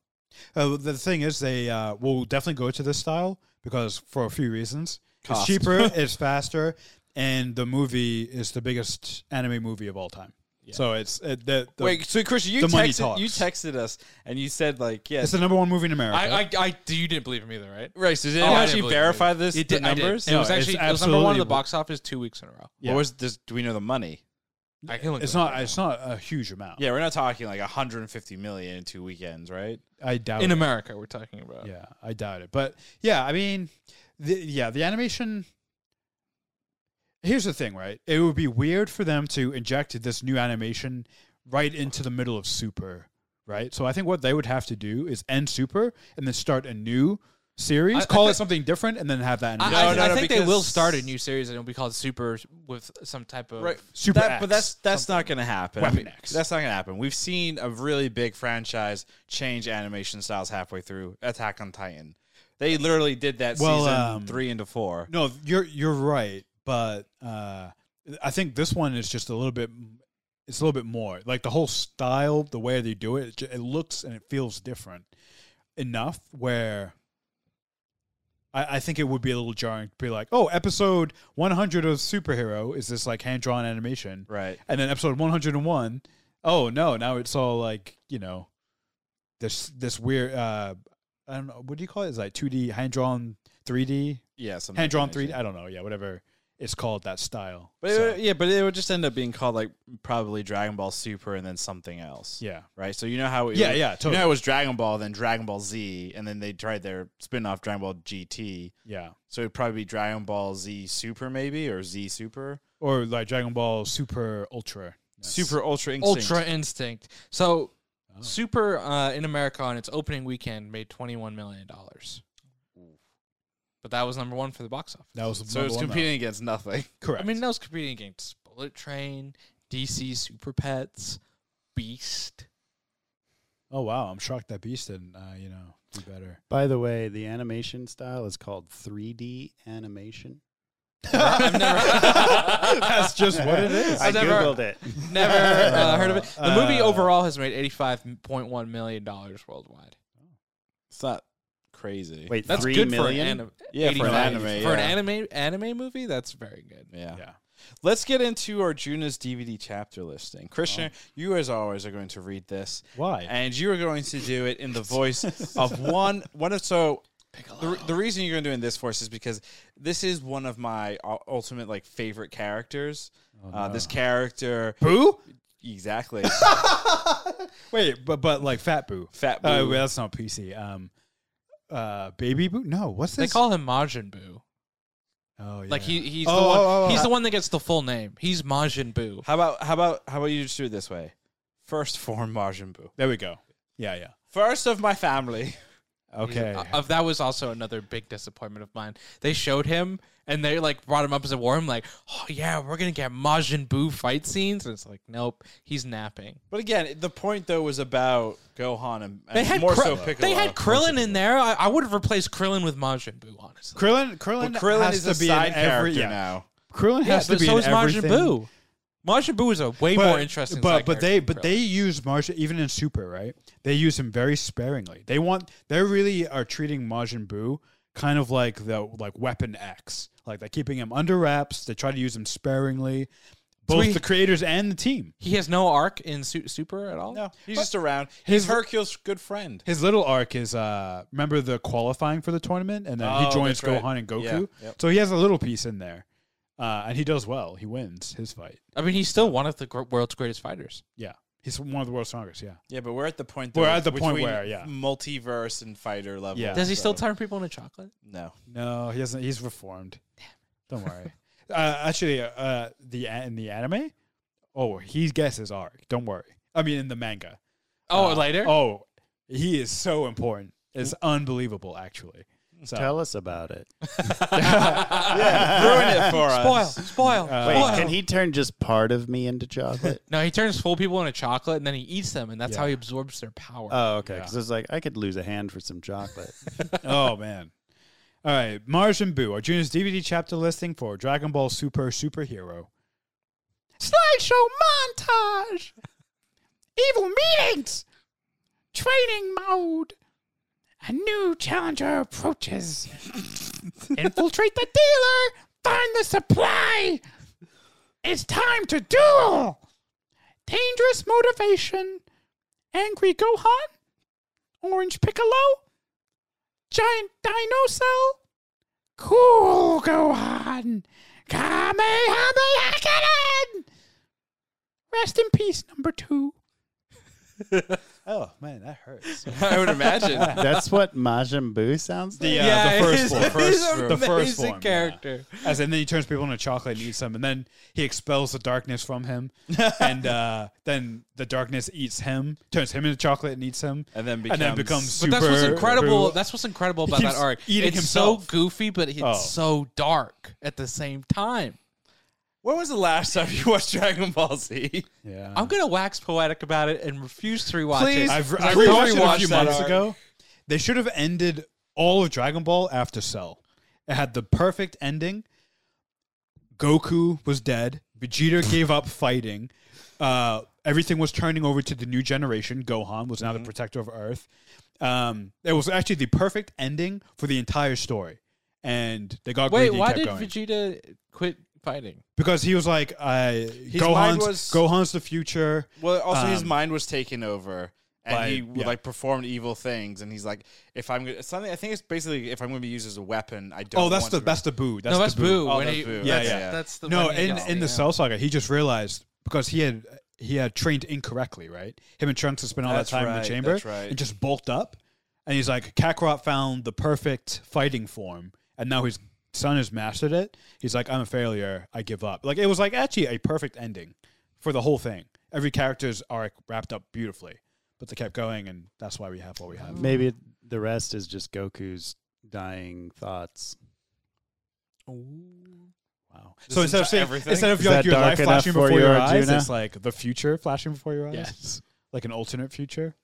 Speaker 3: Uh, the thing is, they uh, will definitely go to this style because for a few reasons.
Speaker 1: Cost.
Speaker 2: <laughs>
Speaker 3: It's cheaper, it's faster, and the movie is the biggest anime movie of all time. So it's it, the, the,
Speaker 1: Wait, so Christian, you
Speaker 3: the money
Speaker 1: texted, you
Speaker 3: talks.
Speaker 1: texted us and you said like, "Yeah,
Speaker 3: it's the number one movie in America.
Speaker 2: I, I I you didn't believe me either, right?
Speaker 1: Right. So did
Speaker 2: Oh,
Speaker 1: anyone
Speaker 2: I didn't
Speaker 1: actually
Speaker 2: believe
Speaker 1: verify this?
Speaker 2: It
Speaker 1: the
Speaker 2: did- I did.
Speaker 1: numbers.
Speaker 2: It was
Speaker 3: No, it's
Speaker 2: actually it was number one in the
Speaker 3: absolutely-
Speaker 2: box office two weeks in a row.
Speaker 1: What was this? Do we know the money?
Speaker 2: I can look.
Speaker 3: It's
Speaker 2: it up
Speaker 3: not.
Speaker 2: right
Speaker 3: It's
Speaker 2: now.
Speaker 3: not a huge amount.
Speaker 1: Yeah, we're not talking like 150 million in two weekends, right?
Speaker 3: I doubt.
Speaker 2: in
Speaker 3: it.
Speaker 2: America. We're talking about.
Speaker 3: Yeah, I doubt it. But yeah, I mean, the, yeah, the animation. Here's the thing, right? It would be weird for them to inject this new animation right into the middle of Super, right? So I think what they would have to do is end Super and then start a new series,
Speaker 2: I- I
Speaker 3: call it
Speaker 2: think-
Speaker 3: something different, and then have that
Speaker 2: I,
Speaker 3: animation.
Speaker 2: I-
Speaker 1: No, no,
Speaker 2: I
Speaker 1: no,
Speaker 2: think they will
Speaker 1: because-
Speaker 2: start a new series and it'll be called Super with some type of
Speaker 3: Super
Speaker 1: That- but
Speaker 3: X.
Speaker 1: that's that's not going to happen.
Speaker 3: Weapon
Speaker 1: I mean,
Speaker 3: X.
Speaker 1: That's not going to happen. We've seen a really big franchise change animation styles halfway through Attack on Titan. They literally did that
Speaker 3: Well,
Speaker 1: season
Speaker 3: um,
Speaker 1: three into four.
Speaker 3: No, you're you're right, but uh, I think this one is just a little bit. It's a little bit more like the whole style, the way they do it. It, ju- it looks and it feels different enough where I, I think it would be a little jarring to be like, oh, episode 100 of superhero is this like hand drawn animation,
Speaker 1: Right.
Speaker 3: and then episode 101, oh no, now it's all like you know this this weird. Uh, I don't know what do you call it? Is like two D hand drawn, three D
Speaker 1: Yeah. something
Speaker 3: hand drawn
Speaker 1: like
Speaker 3: three.
Speaker 1: that.
Speaker 3: I don't know. Yeah, whatever it's called that style.
Speaker 1: But it
Speaker 3: So,
Speaker 1: would- yeah, but it would just end up being called like probably Dragon Ball Super and then something else.
Speaker 3: yeah,
Speaker 1: Right. So you know how it
Speaker 3: yeah,
Speaker 1: was-
Speaker 3: yeah,
Speaker 1: You
Speaker 3: totally.
Speaker 1: know it was Dragon Ball, then Dragon Ball Z, and then they tried their spin-off Dragon Ball GT.
Speaker 3: yeah,
Speaker 1: So it'd probably be Dragon Ball Z Super maybe or Z Super.
Speaker 3: or like Dragon Ball Super Ultra, Yes.
Speaker 1: Super Ultra Instinct.
Speaker 2: Ultra Instinct. So
Speaker 3: Oh.
Speaker 2: Super uh, in America on its opening weekend made twenty one million dollars. But that was number one for the box office.
Speaker 3: That was
Speaker 1: So
Speaker 3: number
Speaker 1: it's
Speaker 3: one, though.
Speaker 1: competing against nothing.
Speaker 3: Correct.
Speaker 2: I mean, that was competing against Bullet Train, DC Super Pets,
Speaker 3: <laughs>
Speaker 2: Beast.
Speaker 3: oh wow, I'm shocked that Beast didn't. Uh, you know, do better.
Speaker 4: By the way, the animation style is called 3D animation.
Speaker 2: I've never- <laughs>
Speaker 3: That's just what it is.
Speaker 4: I
Speaker 2: I've never-
Speaker 4: googled it.
Speaker 2: Never uh, heard of it. The movie
Speaker 3: Uh,
Speaker 2: overall has made eighty five point one million dollars worldwide.
Speaker 1: It's not crazy.
Speaker 4: Wait,
Speaker 2: That's
Speaker 4: three
Speaker 2: good
Speaker 4: million?
Speaker 2: for an anime.
Speaker 1: Yeah, for an anime,
Speaker 2: For
Speaker 1: yeah.
Speaker 2: an anime anime movie, that's very good.
Speaker 1: Yeah.
Speaker 3: Yeah.
Speaker 1: Let's get into our Juna's DVD chapter listing. Christian, you as always are going to read this,
Speaker 3: Why?
Speaker 1: and you are going to do it <laughs> in the voice of one one of so. The, re- the reason you're going to do it in this voice is because this is one of my u- ultimate like favorite characters. uh, This character,
Speaker 3: Boo?
Speaker 1: <laughs> exactly,
Speaker 3: Wait, but but like Fat Boo.
Speaker 1: Fat Boo.
Speaker 3: Uh, well, that's not PC. Um, uh, Baby Boo. No, what's
Speaker 2: They
Speaker 3: this?
Speaker 2: call him Majin Buu.
Speaker 3: oh yeah.
Speaker 2: Like he he's
Speaker 3: Oh,
Speaker 2: the one
Speaker 3: oh, oh,
Speaker 2: he's
Speaker 3: oh.
Speaker 2: the one that gets the full name. He's Majin Buu.
Speaker 1: How about how about how about you just do it this way? First form Majin Buu.
Speaker 3: There we go. Yeah, yeah.
Speaker 1: First of my family.
Speaker 2: He's-
Speaker 3: Okay.
Speaker 2: uh, of that was also another big disappointment of mine. They showed him and they like brought him up as a war. I'm like, oh yeah, we're gonna get Majin Buu fight scenes, and it's like, nope, he's napping.
Speaker 1: But again, the point though was about Gohan and, and
Speaker 2: They had
Speaker 1: more
Speaker 2: Kri-
Speaker 1: so Piccolo.
Speaker 2: They had Krillin in there. I, I would have replaced Krillin with Majin Buu, honestly.
Speaker 3: Krillin,
Speaker 1: But
Speaker 3: Krillin,
Speaker 1: Krillin is
Speaker 3: has to
Speaker 1: a
Speaker 3: be
Speaker 1: side
Speaker 3: in
Speaker 1: character
Speaker 3: every. Yeah.
Speaker 1: now.
Speaker 3: Krillin
Speaker 2: Yeah,
Speaker 3: has
Speaker 2: but
Speaker 3: to be
Speaker 2: so
Speaker 3: in
Speaker 2: is Majin
Speaker 3: everything.
Speaker 2: Buu. Majin Buu is a way more interesting.
Speaker 3: But
Speaker 2: side
Speaker 3: but
Speaker 2: character
Speaker 3: they
Speaker 2: than
Speaker 3: but
Speaker 2: Krillin.
Speaker 3: they use Majin even in Super right. They use him very sparingly. They want they really are treating Majin Buu kind of like the like Weapon X. Like they're keeping him under wraps. They try to use him sparingly, both
Speaker 2: he-
Speaker 3: the creators and the team.
Speaker 2: he has no arc in Su- Super at all.
Speaker 1: No, he's just around. He's Hercule's good friend.
Speaker 3: His little arc is uh remember the qualifying for the tournament, and then
Speaker 1: Oh,
Speaker 3: he joins
Speaker 1: that's right.
Speaker 3: Gohan and Goku.
Speaker 1: Yeah, yep.
Speaker 3: So he has a little piece in there, uh, and he does well. He wins his fight.
Speaker 2: I mean, he's still one of the gr- world's greatest fighters.
Speaker 3: Yeah, he's one of the world's strongest. Yeah.
Speaker 1: Yeah, but we're at the point.
Speaker 3: We're
Speaker 1: though,
Speaker 3: at the point
Speaker 1: between
Speaker 3: where, yeah.
Speaker 1: multiverse and fighter level.
Speaker 3: Yeah.
Speaker 2: Does he still
Speaker 1: so-
Speaker 2: turn people into chocolate?
Speaker 1: No.
Speaker 3: No, he hasn't. He's reformed. Don't worry. uh, actually, uh, the a- in the anime, oh, he gets his arc. Don't worry. I mean, in the manga.
Speaker 2: Oh,
Speaker 3: Uh,
Speaker 2: later.
Speaker 3: Oh, he is so important. It's unbelievable, actually. So,
Speaker 4: Tell us about it.
Speaker 3: <laughs>
Speaker 1: Ruin it for
Speaker 2: Spoil,
Speaker 1: us.
Speaker 2: spoil,
Speaker 3: Uh,
Speaker 4: <laughs> Wait,
Speaker 2: spoil.
Speaker 4: can he turn just part of me
Speaker 2: <laughs>
Speaker 4: into chocolate?
Speaker 2: no, he turns full people into chocolate, and then he eats them, and that's
Speaker 3: Yeah. Uh,
Speaker 2: how he absorbs their power. <laughs>
Speaker 4: oh, okay. Because
Speaker 3: Yeah.
Speaker 4: it's like I could lose a hand for some chocolate.
Speaker 3: oh man. All right, Mars and Boo, Arjuna's DVD chapter listing for Dragon Ball Super Superhero. Slideshow montage! Evil meetings! Training mode! A new challenger approaches. Infiltrate the dealer! Find the supply! It's time to duel! Dangerous motivation! Angry Gohan? Orange Piccolo? Giant Dino Cell? Cool Gohan! Kamehameha Cannon! Rest in peace, number two. <laughs> oh man, that hurts.
Speaker 1: I would imagine.
Speaker 4: That's what Majin Buu sounds like.
Speaker 3: The, uh, the
Speaker 2: <laughs>
Speaker 3: first
Speaker 2: he's-
Speaker 3: one.
Speaker 2: he's
Speaker 3: First-
Speaker 2: an
Speaker 3: the first
Speaker 2: amazing
Speaker 3: one, yeah.
Speaker 2: character.
Speaker 3: <laughs> As and then he turns people into chocolate and eats them, and then he expels the darkness from <laughs> him, and uh, then the darkness eats him, turns him into chocolate and eats him,
Speaker 1: and then becomes,
Speaker 3: and then becomes
Speaker 2: But that's what's
Speaker 3: super-
Speaker 2: incredible. That's what's
Speaker 3: <laughs>
Speaker 2: incredible about that
Speaker 3: keeps
Speaker 2: arc.
Speaker 3: eating
Speaker 2: it's so
Speaker 3: himself.
Speaker 2: goofy, but it's
Speaker 3: Oh.
Speaker 2: so dark at the same time.
Speaker 1: When was the last time you watched Dragon Ball Z?
Speaker 3: yeah.
Speaker 2: I'm gonna wax poetic about it and refuse to rewatch
Speaker 1: Please.
Speaker 2: it.
Speaker 3: I've,
Speaker 1: Please
Speaker 3: I rewatched it a
Speaker 1: rewatch
Speaker 3: few
Speaker 1: that
Speaker 3: months
Speaker 1: arc.
Speaker 3: ago. They should have ended all of Dragon Ball after Cell. It had the perfect ending. Goku was dead. Vegeta gave up fighting. Uh, everything was turning over to the new generation. Gohan was now
Speaker 2: Mm-hmm.
Speaker 3: the protector of Earth. Um, it was actually the perfect ending for the entire story. And they got
Speaker 2: Wait,
Speaker 3: greedy and
Speaker 2: why
Speaker 3: kept
Speaker 2: did
Speaker 3: going.
Speaker 2: Vegeta quit fighting?
Speaker 3: because he was like, uh,
Speaker 1: mind
Speaker 3: Gohan's,
Speaker 1: was-
Speaker 3: Gohan's the future.
Speaker 1: Well, also his
Speaker 3: Um,
Speaker 1: mind was taken over, and
Speaker 3: by-
Speaker 1: he would
Speaker 3: yeah.
Speaker 1: like performed evil things. And he's like, if I'm gonna something, I think it's basically if I'm gonna be used as a weapon, I don't.
Speaker 3: Oh, that's
Speaker 1: want
Speaker 3: the
Speaker 1: to-
Speaker 3: that's the boo. That's
Speaker 2: no, that's
Speaker 3: the
Speaker 2: Boo.
Speaker 1: Oh,
Speaker 2: when
Speaker 1: that's
Speaker 2: he-
Speaker 1: Boo.
Speaker 2: that's-
Speaker 1: Yeah, yeah.
Speaker 2: that's the
Speaker 3: no
Speaker 2: one he
Speaker 3: in,
Speaker 2: got,
Speaker 3: in
Speaker 2: yeah.
Speaker 3: the cell saga he just realized because he had he had trained incorrectly right him and trunks had spent all
Speaker 1: That's
Speaker 3: that time in
Speaker 1: right,
Speaker 3: the chamber
Speaker 1: that's right.
Speaker 3: and just bulked up and he's like kakarot found the perfect fighting form and now his son has mastered it he's like i'm a failure i give up like it was like actually a perfect ending for the whole thing every character's arc wrapped up beautifully but they kept going and that's why we have what we have
Speaker 1: Mm.
Speaker 4: Maybe the rest is just Goku's dying thoughts.
Speaker 3: wow so
Speaker 1: Just
Speaker 3: instead of
Speaker 1: into
Speaker 3: saying,
Speaker 1: everything?
Speaker 3: instead of
Speaker 4: Is
Speaker 3: like
Speaker 4: that
Speaker 3: your
Speaker 4: dark
Speaker 3: life
Speaker 4: enough
Speaker 3: flashing
Speaker 4: for
Speaker 3: before
Speaker 4: you,
Speaker 3: your eyes
Speaker 4: Arjuna?
Speaker 3: it's like the future flashing before your eyes
Speaker 4: Yes.
Speaker 3: like an alternate future.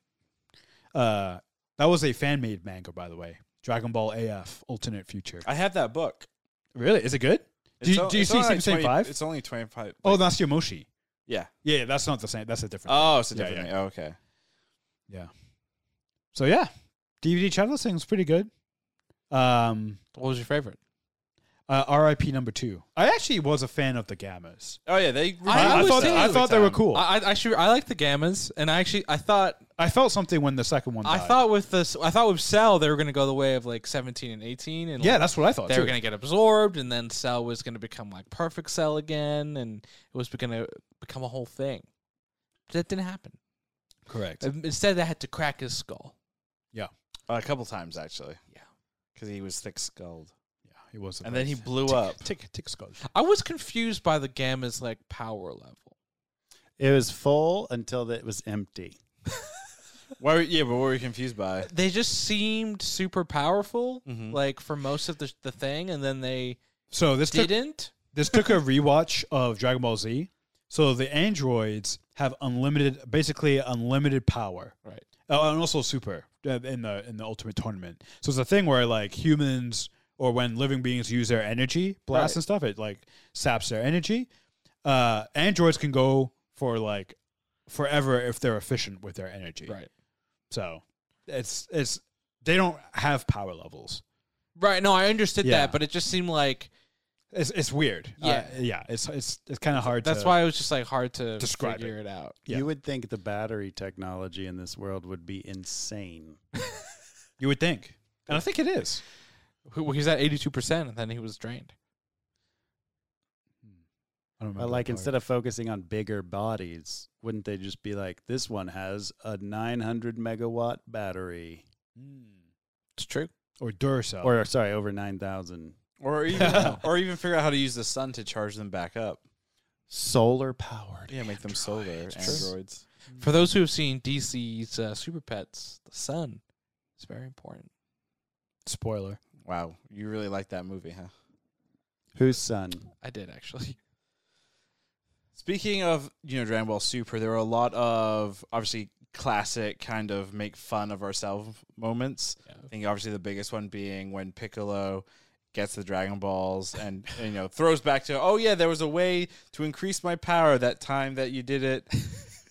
Speaker 3: Uh, that was a fan made manga, by the way. Dragon Ball AF Alternate Future.
Speaker 1: I have that book.
Speaker 3: Really? Is it good? Do you-
Speaker 1: o-
Speaker 3: do you see
Speaker 1: only
Speaker 3: Super
Speaker 1: 20
Speaker 3: Saiyan five?
Speaker 1: It's only twenty five.
Speaker 3: Oh, that's Yomoshi.
Speaker 1: yeah.
Speaker 3: Yeah, yeah, that's not the same. That's a different.
Speaker 1: Oh, it's a
Speaker 3: Yeah,
Speaker 1: different.
Speaker 3: yeah.
Speaker 1: thing. Oh, okay.
Speaker 3: yeah. So yeah, DVD channel thing's pretty good. Um,
Speaker 2: What was your favorite?
Speaker 3: uh, RIP number two. I actually was a fan of the Gammas.
Speaker 1: Oh yeah, they.
Speaker 2: I
Speaker 3: I,
Speaker 2: was
Speaker 3: thought
Speaker 2: too.
Speaker 3: I thought they were cool. I,
Speaker 2: I, I, I should. I like the Gammas, and I actually I thought
Speaker 3: felt something when the second one.
Speaker 2: I
Speaker 3: died.
Speaker 2: thought with this I thought with Cell they were gonna go the way of like 17 and 18, and
Speaker 3: Yeah,
Speaker 2: like,
Speaker 3: that's what I thought.
Speaker 2: they
Speaker 3: too.
Speaker 2: were gonna get absorbed, and then Cell was gonna become like perfect Cell again, and it was gonna become a whole thing. That didn't happen.
Speaker 3: correct.
Speaker 2: Instead, they had to crack his skull.
Speaker 1: Uh, a couple times actually.
Speaker 2: Yeah.
Speaker 1: because he was thick skulled,
Speaker 3: yeah, he was. a
Speaker 1: and then he
Speaker 3: very- <laughs>
Speaker 1: blew
Speaker 3: tick,
Speaker 1: up.
Speaker 3: Tick tick skull.
Speaker 2: I was confused by the Gamma's like power level.
Speaker 4: It was full until it was empty.
Speaker 1: Why? were- Yeah, but what were you confused by?
Speaker 2: They just seemed super powerful,
Speaker 3: Mm-hmm.
Speaker 1: Mhm.
Speaker 2: like for most of the the thing, and then they
Speaker 3: So this took
Speaker 2: didn't.
Speaker 3: this took a rewatch of Dragon Ball Z. So the androids have unlimited, basically unlimited power.
Speaker 2: Right.
Speaker 3: Oh, and also super uh, in the in the Ultimate Tournament. So it's a thing where like humans or when living beings use their energy blasts
Speaker 2: Right.
Speaker 3: and stuff, it like saps their energy. Uh, androids can go for like forever if they're efficient with their energy.
Speaker 2: Right.
Speaker 3: So it's it's they don't have power levels.
Speaker 2: Right. No, I understood
Speaker 3: Yeah.
Speaker 2: that, but it just seemed like
Speaker 3: It's it's weird. Uh,
Speaker 2: Yeah.
Speaker 3: yeah. It's it's it's kind of hard.
Speaker 2: that's
Speaker 3: to,
Speaker 2: why it was just like hard to
Speaker 3: describe
Speaker 2: figure it out.
Speaker 3: Yeah.
Speaker 4: You would think the battery technology in this world would be insane.
Speaker 3: you would think, and I think it is.
Speaker 2: Who- He was at eighty two percent, and then he was drained.
Speaker 3: I don't
Speaker 4: But like instead of focusing on bigger bodies, wouldn't they just be like, this one has a 900 megawatt battery,
Speaker 2: It's true.
Speaker 3: or Duracell,
Speaker 4: or sorry, over 9,000
Speaker 3: <laughs>
Speaker 1: Or even, or even figure out how to use the sun to charge them back up.
Speaker 4: solar powered.
Speaker 1: Yeah, make them solar
Speaker 3: Androids.
Speaker 1: androids.
Speaker 2: For those who have seen DC's uh, Super Pets, the sun is very important.
Speaker 3: spoiler.
Speaker 1: Wow, you really like that movie, huh?
Speaker 4: Whose son?
Speaker 2: I did actually.
Speaker 1: Speaking of, you know, Dragon Ball Super, there were a lot of obviously classic kind of make fun of ourselves moments. I think obviously the biggest one being when Piccolo gets the Dragon Balls and, <laughs> and, you know throws back to, oh yeah, there was a way to increase my power that time that you did it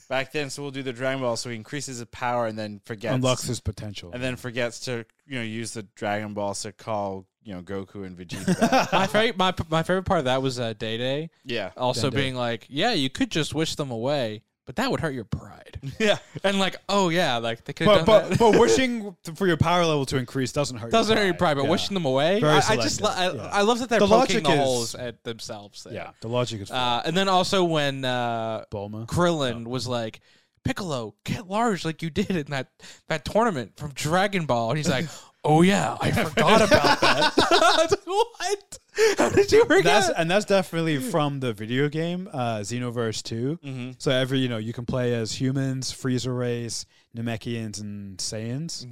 Speaker 1: back then, so we'll do the Dragon Ball. So he increases his power and then forgets
Speaker 3: Unlocks his potential.
Speaker 1: and then forgets to you know use the Dragon Balls to call you know Goku and Vegeta.
Speaker 3: <laughs>
Speaker 1: back.
Speaker 2: my favorite, my my favorite part of that was uh, Day Day
Speaker 1: yeah,
Speaker 2: also
Speaker 3: Day Day.
Speaker 2: being like, yeah, you could just wish them away, but that would hurt your pride.
Speaker 1: Yeah.
Speaker 2: And like, oh yeah, like they could
Speaker 3: But
Speaker 2: have done
Speaker 3: but
Speaker 2: that.
Speaker 3: but wishing <laughs> for your power level to increase doesn't
Speaker 2: <laughs>
Speaker 3: hurt.
Speaker 2: Doesn't hurt your pride, but
Speaker 3: Yeah.
Speaker 2: wishing them away.
Speaker 3: Very
Speaker 2: I, I just
Speaker 3: selective,
Speaker 2: lo- I,
Speaker 3: yeah.
Speaker 2: I love that they're
Speaker 3: The
Speaker 2: poking
Speaker 3: logic
Speaker 2: the
Speaker 3: is-
Speaker 2: holes at themselves. There.
Speaker 3: Yeah, the logic is.
Speaker 2: Uh, and then also when uh,
Speaker 3: Bulma.
Speaker 2: Krillin was like, Piccolo, get large like you did in that, that tournament from Dragon Ball. And he's like, oh yeah, I forgot about that. I was like, what? How did you forget?
Speaker 3: <laughs> That's and that's definitely from the video game uh, Xenoverse 2 So every you know you can play as humans, Freezer race, Namekians, and Saiyans,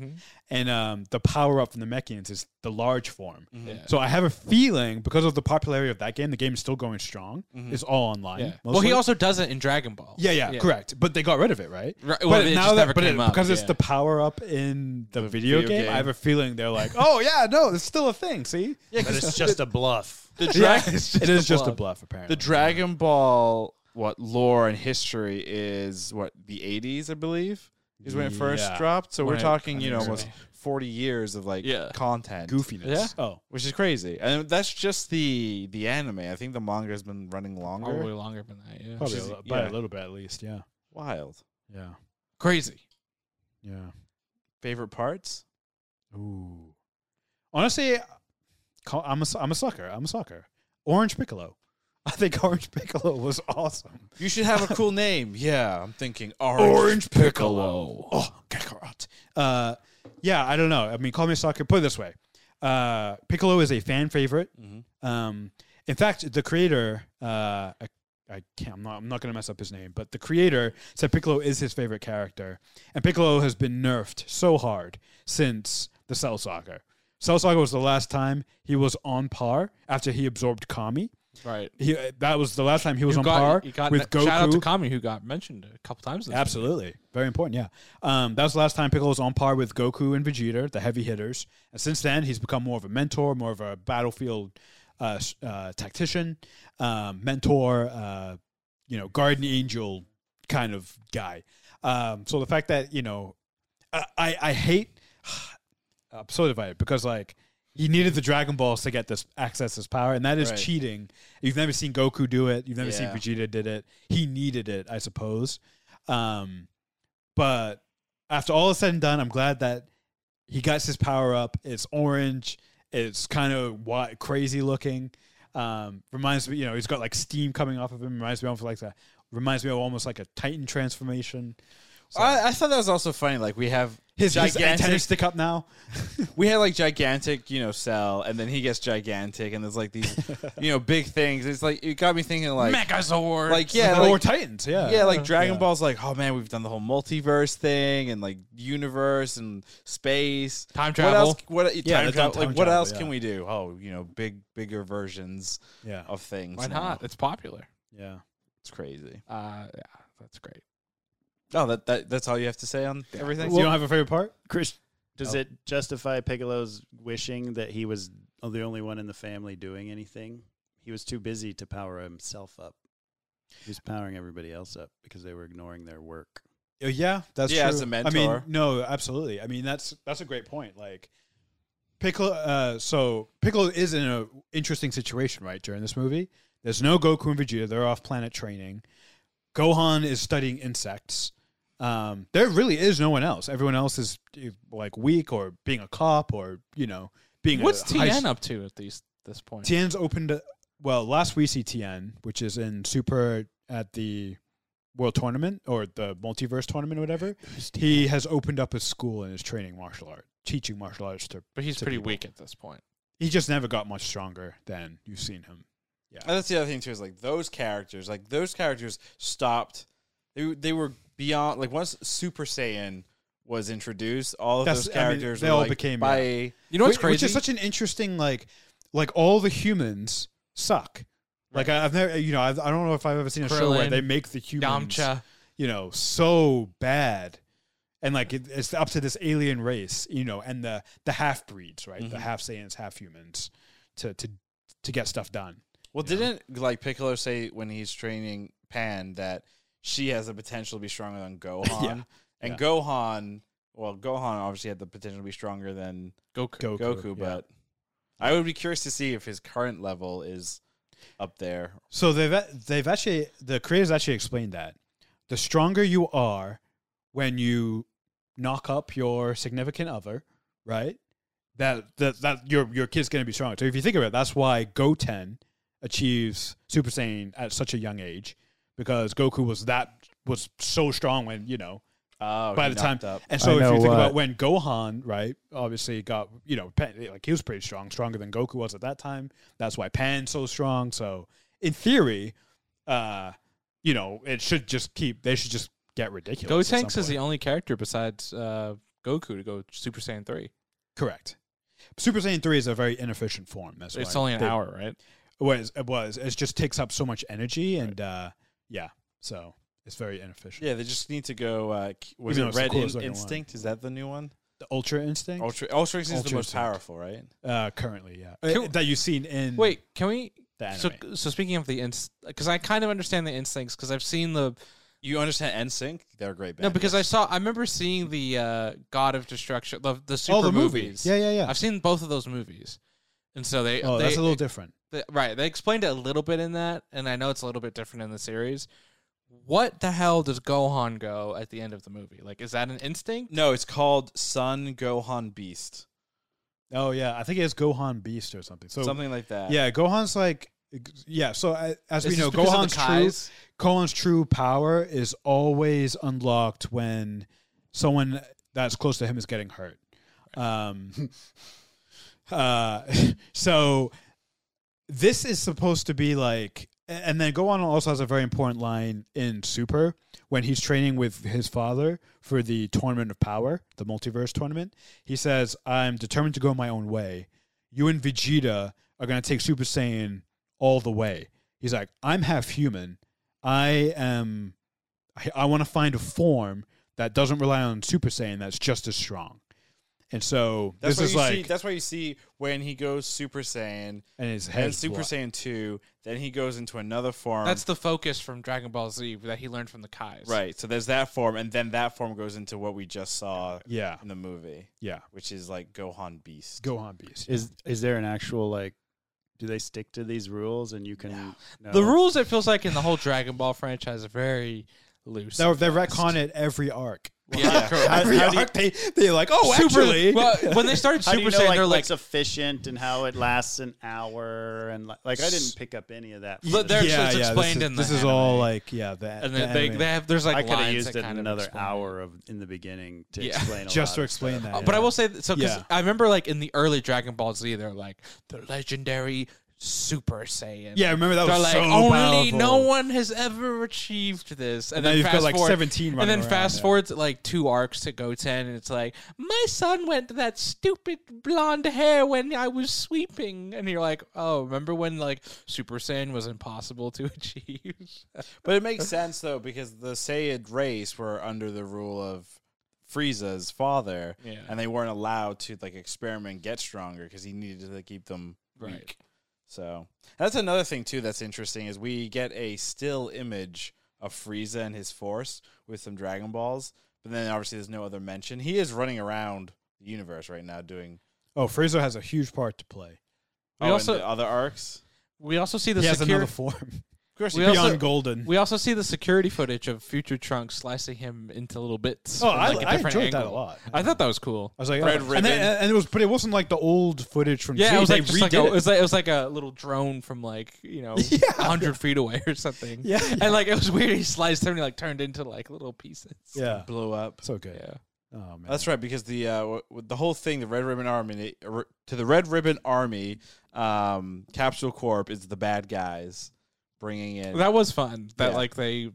Speaker 3: and um, the power up from Namekians is the large form.
Speaker 2: Yeah.
Speaker 3: So I have a feeling because of the popularity of that game, the game is still going strong. It's all online.
Speaker 2: yeah. Well,
Speaker 3: mostly.
Speaker 2: he also does it in Dragon Ball.
Speaker 3: Yeah, yeah, correct. But they got rid of it, right?
Speaker 2: Right,
Speaker 3: But
Speaker 2: well, it just never
Speaker 3: but
Speaker 2: came up,
Speaker 3: because it's
Speaker 2: yeah.
Speaker 3: the power up in the, video,
Speaker 1: video
Speaker 3: game,
Speaker 1: game.
Speaker 3: I have a feeling
Speaker 2: <laughs>
Speaker 3: they're like, oh yeah, no, it's still a thing. See, yeah,
Speaker 4: but it's just a bluff.
Speaker 1: The
Speaker 3: <laughs> yeah,
Speaker 1: dragon.
Speaker 3: it's just it is just a bluff. Apparently,
Speaker 1: The Dragon Ball what lore and history is what the 80s I believe is when it first
Speaker 3: Yeah.
Speaker 1: dropped. So
Speaker 3: When
Speaker 1: we're
Speaker 3: it-
Speaker 1: talking,
Speaker 3: I
Speaker 1: you know,
Speaker 3: think so.
Speaker 1: almost 40 years of like
Speaker 2: Yeah.
Speaker 1: content,
Speaker 3: goofiness.
Speaker 2: Yeah.
Speaker 3: Oh,
Speaker 1: which is crazy. And that's just the the anime. I think the manga has been running longer.
Speaker 2: Probably longer than that. Yeah.
Speaker 3: probably
Speaker 1: is-
Speaker 3: a li- by
Speaker 1: yeah.
Speaker 3: a little bit at least. Yeah,
Speaker 1: Wild.
Speaker 3: yeah,
Speaker 2: Crazy.
Speaker 3: yeah.
Speaker 1: Favorite parts?
Speaker 3: Ooh, honestly, co- I'm a su- I'm a sucker. I'm a sucker. Orange Piccolo. <laughs> I think Orange Piccolo was awesome.
Speaker 1: You should have a
Speaker 3: <laughs>
Speaker 1: cool name. Yeah, I'm thinking
Speaker 3: Orange Oh, Kakarot. Uh, yeah, I don't know. I mean, call me a sucker. Put it this way, uh, Piccolo is a fan favorite.
Speaker 1: Mhm.
Speaker 2: Mm-hmm.
Speaker 3: Um, in fact, the creator, uh, I, I can't, I'm not, I'm not going to mess up his name, but the creator said Piccolo is his favorite character, and Piccolo has been nerfed so hard since the Cell Saga. Cell Saga was the last time he was on par after he absorbed Kami.
Speaker 2: Right.
Speaker 3: He, uh, that was the last time he was
Speaker 2: You
Speaker 3: on
Speaker 2: got-
Speaker 3: par
Speaker 2: you got
Speaker 3: with
Speaker 2: that-
Speaker 3: Goku.
Speaker 2: Shout out to Kami who got mentioned a couple times. this week.
Speaker 3: Absolutely. Very important, yeah. Um, that was the last time Piccolo was on par with Goku and Vegeta, the heavy hitters. And since then, he's become more of a mentor, more of a battlefield uh, s- uh, tactician, um, mentor, uh, you know, guardian angel kind of guy. Um, so the fact that, you know, I, I, I hate, <sighs> I'm so divided because, like, he needed the Dragon Balls to get this access this power, and that is
Speaker 1: Right.
Speaker 3: cheating. You've never seen Goku do it. You've never
Speaker 1: Yeah.
Speaker 3: seen Vegeta did it. He needed it, I suppose. Um, but after all is said and done, I'm glad that he got his power up. It's orange. It's kind of wi- crazy looking. Um, reminds me, you know, he's got like steam coming off of him. Reminds me of like that. Reminds me of almost like a Titan transformation. So-
Speaker 1: I, I thought that was also funny. Like we have
Speaker 3: His, his
Speaker 1: gigantic
Speaker 3: antennas stick up now.
Speaker 1: we had like gigantic, you know, cell, and then he gets gigantic, and there's like
Speaker 3: <laughs>
Speaker 1: these, you know, big things. It's like it got me thinking, like,
Speaker 2: Megazord.
Speaker 1: like yeah,
Speaker 3: <laughs> or
Speaker 1: like,
Speaker 3: Titans. Yeah,
Speaker 1: yeah, like Dragon
Speaker 3: Yeah.
Speaker 1: Ball's like, oh man, we've done the whole multiverse thing, and like universe and space,
Speaker 2: Time
Speaker 1: What
Speaker 2: travel.
Speaker 1: else? What
Speaker 3: Yeah,
Speaker 1: time
Speaker 3: they've
Speaker 1: travel?
Speaker 3: done
Speaker 1: Like,
Speaker 3: time
Speaker 1: what
Speaker 3: travel,
Speaker 1: else
Speaker 3: yeah.
Speaker 1: can we do? Oh, you know, big, bigger versions
Speaker 3: Yeah,
Speaker 1: of things.
Speaker 2: Why
Speaker 1: now.
Speaker 2: not? It's popular.
Speaker 3: yeah.
Speaker 1: It's crazy.
Speaker 2: Uh, yeah, that's great.
Speaker 1: Oh, that, that that's all you have to say on everything.
Speaker 3: So you don't have a favorite part?
Speaker 4: Chris, does
Speaker 3: Oh.
Speaker 4: it justify Piccolo's wishing that he was the only one in the family doing anything? He was too busy to power himself up. He was powering everybody else up because they were ignoring their work.
Speaker 3: Uh, Yeah, that's
Speaker 1: Yeah,
Speaker 3: true.
Speaker 1: as a
Speaker 3: I mean,
Speaker 1: mentor.
Speaker 3: no, absolutely. I mean, that's that's a great point. Like Piccolo, uh, so Piccolo is in an interesting situation right during this movie. There's no Goku and Vegeta; they're off planet training. Gohan is studying insects. Um, there really is no one else. Everyone else is eh, like weak or being a cop or you know being.
Speaker 2: What's
Speaker 3: a high
Speaker 2: TN up to at these this point?
Speaker 3: Tien's opened. a- Well, last we see Tien, which is in Super at the World Tournament or the Multiverse Tournament or whatever, he has opened up his school and is training martial art, teaching martial arts to.
Speaker 2: but he's
Speaker 3: to
Speaker 2: pretty
Speaker 3: people.
Speaker 2: weak at this point.
Speaker 3: He just never got much stronger than you've seen him.
Speaker 1: And that's the other thing too is like those characters, like those characters stopped. They they were beyond like once Super Saiyan was introduced, all of
Speaker 3: That's-
Speaker 1: those
Speaker 3: I mean,
Speaker 1: characters
Speaker 3: they
Speaker 1: were
Speaker 3: all
Speaker 1: like,
Speaker 3: became,
Speaker 1: by
Speaker 2: You know what's
Speaker 3: Which-
Speaker 2: crazy?
Speaker 3: Which is such an interesting like, like all the humans suck. Like I, I've never, you know, I've, I don't know if I've ever seen a show where
Speaker 2: Krillin,
Speaker 3: they make the humans
Speaker 2: Yamcha.
Speaker 3: you know, so bad. And like it, it's up to this alien race, you know, and the the half breeds, right? The half Saiyans, half humans, to to to get stuff done.
Speaker 1: well, didn't like Piccolo say when he's training Pan that she has the potential to be stronger than Gohan,
Speaker 3: Yeah.
Speaker 1: and
Speaker 3: Yeah.
Speaker 1: Gohan. Well, Gohan obviously had the potential to be stronger than
Speaker 2: Goku.
Speaker 3: Goku,
Speaker 1: Goku,
Speaker 3: yeah.
Speaker 1: but I would be curious to see if his current level is up there.
Speaker 3: so they've they've actually the creators actually explained that the stronger you are when you knock up your significant other, right? That that that your your kid's gonna be strong. So if you think about it, that's why Goten achieves Super Saiyan at such a young age because Goku was that was so strong when you know
Speaker 1: Oh,
Speaker 3: by
Speaker 1: he
Speaker 3: the time.
Speaker 1: knocked up.
Speaker 3: And
Speaker 4: I
Speaker 3: so if
Speaker 4: know uh,
Speaker 3: you think about
Speaker 4: what-
Speaker 3: when Gohan, right, obviously got you know Pan, like he was pretty strong, stronger than Goku was at that time. That's why Pan's so strong. So in theory, uh, you know, it should just keep. They should just get ridiculous. at
Speaker 2: Gotenks
Speaker 3: some
Speaker 2: is the
Speaker 3: point.
Speaker 2: only character besides uh, Goku to go Super Saiyan three.
Speaker 3: correct. Super Saiyan three is a very inefficient form. That's
Speaker 2: it's
Speaker 3: why
Speaker 2: only an
Speaker 3: they-
Speaker 2: hour, right?
Speaker 3: It was it was it just takes up so much energy and uh, yeah, so it's very inefficient.
Speaker 1: Yeah, they just need to go. Uh, k- was
Speaker 3: Even
Speaker 1: it
Speaker 3: though it's the
Speaker 1: Red
Speaker 3: coolest
Speaker 1: In-
Speaker 3: looking one.
Speaker 1: Instinct? Is that the new one?
Speaker 3: The Ultra Instinct,
Speaker 1: Ultra Ultra Instinct is
Speaker 3: Ultra
Speaker 1: the most
Speaker 3: Instinct.
Speaker 1: powerful, right?
Speaker 3: Uh, currently, yeah,
Speaker 2: Can-
Speaker 3: Uh, that you've seen in
Speaker 2: Mm. Wait, can we?
Speaker 3: the anime.
Speaker 2: So, so speaking of the inst, because I kind of understand the instincts, because I've seen the
Speaker 1: You understand NSYNC? They're a great band.
Speaker 2: no, because I saw I remember seeing the uh, God of Destruction, the the super
Speaker 3: oh, the movie.
Speaker 2: movies.
Speaker 3: Yeah, yeah, yeah.
Speaker 2: I've seen both of those movies, and so they
Speaker 3: Oh,
Speaker 2: they,
Speaker 3: that's a little different.
Speaker 2: they- right. They explained it a little bit in that, and I know it's a little bit different in the series. What the hell does Gohan go at the end of the movie? Like, is that an instinct?
Speaker 1: no, it's called Sun Gohan Beast,
Speaker 3: Oh yeah, I think it's Gohan Beast or something. So
Speaker 1: something like that.
Speaker 3: yeah, Gohan's like yeah. So I, as
Speaker 2: Is
Speaker 3: we
Speaker 2: this
Speaker 3: know,
Speaker 2: because of the
Speaker 3: Gohan's true
Speaker 2: Kais?
Speaker 3: Gohan's true power is always unlocked when someone that's close to him is getting hurt. Um, uh, <laughs> so this is supposed to be like, and then Gohan also has a very important line in Super when he's training with his father for the Tournament of Power, the multiverse tournament. He says, "I'm determined to go my own way. You and Vegeta are going to take Super Saiyan all the way." He's like, "I'm half human." I am. I, I want to find a form that doesn't rely on Super Saiyan that's just as strong. And so
Speaker 1: that's
Speaker 3: this
Speaker 1: what
Speaker 3: is
Speaker 1: you
Speaker 3: like,
Speaker 1: see. That's why you see when he goes Super Saiyan,
Speaker 3: and his
Speaker 1: then
Speaker 3: head
Speaker 1: Super Saiyan two, then he goes into another form.
Speaker 2: That's the focus from Dragon Ball Z that he learned from the Kais.
Speaker 1: right. So there's that form, and then that form goes into what we just saw
Speaker 3: Yeah,
Speaker 1: in the movie,
Speaker 3: yeah.
Speaker 1: which is like Gohan Beast.
Speaker 3: Gohan Beast.
Speaker 4: Is is there an actual like? Do they stick to these rules and you can? No.
Speaker 2: The rules it feels like in the whole Dragon Ball franchise are very loose.
Speaker 3: They they retcon it every arc.
Speaker 2: <laughs>
Speaker 4: <laughs>
Speaker 2: Yeah, correct.
Speaker 1: How-
Speaker 3: every
Speaker 1: how do you-
Speaker 3: arc, they they're like, oh,
Speaker 2: Super,
Speaker 3: actually,
Speaker 2: well, when they started
Speaker 4: How do you
Speaker 2: Super
Speaker 4: know,
Speaker 2: Saiyan,
Speaker 4: like,
Speaker 2: they're like,
Speaker 4: what's efficient and how it lasts an hour and li- like I didn't pick up any of that. from
Speaker 2: Look,
Speaker 4: the-
Speaker 2: they're- it's explained
Speaker 3: this is,
Speaker 2: in the
Speaker 3: this is all
Speaker 4: anime.
Speaker 3: like, yeah, that.
Speaker 2: and then they, they have there's like
Speaker 4: I could have
Speaker 2: lines
Speaker 4: used
Speaker 2: that
Speaker 4: it
Speaker 2: kind of
Speaker 4: another
Speaker 2: explain it.
Speaker 4: hour of in the beginning to
Speaker 2: Yeah.
Speaker 4: explain a
Speaker 3: just
Speaker 4: lot
Speaker 3: to
Speaker 4: of
Speaker 3: explain
Speaker 4: stuff.
Speaker 3: that.
Speaker 2: Oh, but I
Speaker 3: yeah.
Speaker 2: will say that, so because
Speaker 3: Yeah.
Speaker 2: I remember like in the early Dragon Ball Z, they're like the legendary Super Saiyan.
Speaker 3: Yeah, remember that
Speaker 2: They're
Speaker 3: was
Speaker 2: like
Speaker 3: so
Speaker 2: only
Speaker 3: powerful.
Speaker 2: no one has ever achieved this, and,
Speaker 3: now
Speaker 2: then
Speaker 3: you've got,
Speaker 2: fast
Speaker 3: like,
Speaker 2: forward,
Speaker 3: 17
Speaker 2: and
Speaker 3: running
Speaker 2: then
Speaker 3: around
Speaker 2: fast
Speaker 3: now.
Speaker 2: forward to, like two arcs to Goten, and it's like my son went to that stupid blonde hair when I was sweeping, and you're like, oh, remember when like Super Saiyan was impossible to <laughs> achieve?
Speaker 1: But it makes sense though because the Saiyid race were under the rule of Frieza's father,
Speaker 2: Yeah.
Speaker 1: and they weren't allowed to like experiment, get stronger because he needed to like, keep them weak. So that's another thing too that's interesting is we get a still image of Frieza and his Force with some Dragon Balls, but then obviously there's no other mention. He is running around the universe right now doing
Speaker 3: oh, Frieza has a huge part to play.
Speaker 2: We
Speaker 1: oh,
Speaker 2: also-
Speaker 1: and the other arcs.
Speaker 2: We also see the
Speaker 3: He has
Speaker 2: security.
Speaker 3: another form
Speaker 2: we
Speaker 3: beyond
Speaker 2: also,
Speaker 3: Golden.
Speaker 2: we also see the security footage of Future Trunks slicing him into little bits.
Speaker 3: Oh,
Speaker 2: from,
Speaker 3: I,
Speaker 2: like, a
Speaker 3: I
Speaker 2: different
Speaker 3: enjoyed that a
Speaker 2: angle.
Speaker 3: lot.
Speaker 2: I thought that was cool.
Speaker 3: I was like,
Speaker 1: Red
Speaker 3: oh. and, then,
Speaker 1: ribbon.
Speaker 3: and it was, but it wasn't like the old footage from.
Speaker 2: Yeah,
Speaker 3: two.
Speaker 2: it was
Speaker 3: They
Speaker 2: like just like
Speaker 3: redid
Speaker 2: a,
Speaker 3: it.
Speaker 2: it was like it was like a little drone from like you know
Speaker 3: <laughs> Yeah.
Speaker 2: a hundred feet away or something.
Speaker 3: Yeah, yeah.
Speaker 2: and like it was weird. He sliced him and he, like turned into like little pieces.
Speaker 3: yeah,
Speaker 1: Blew up.
Speaker 3: so good.
Speaker 2: yeah.
Speaker 3: Oh man,
Speaker 1: uh, That's right, because the uh, w- the whole thing, the Red Ribbon Army, er, to the Red Ribbon Army, um, Capsule Corp is the bad guys bringing in.
Speaker 2: That was fun. That
Speaker 1: Yeah.
Speaker 2: like they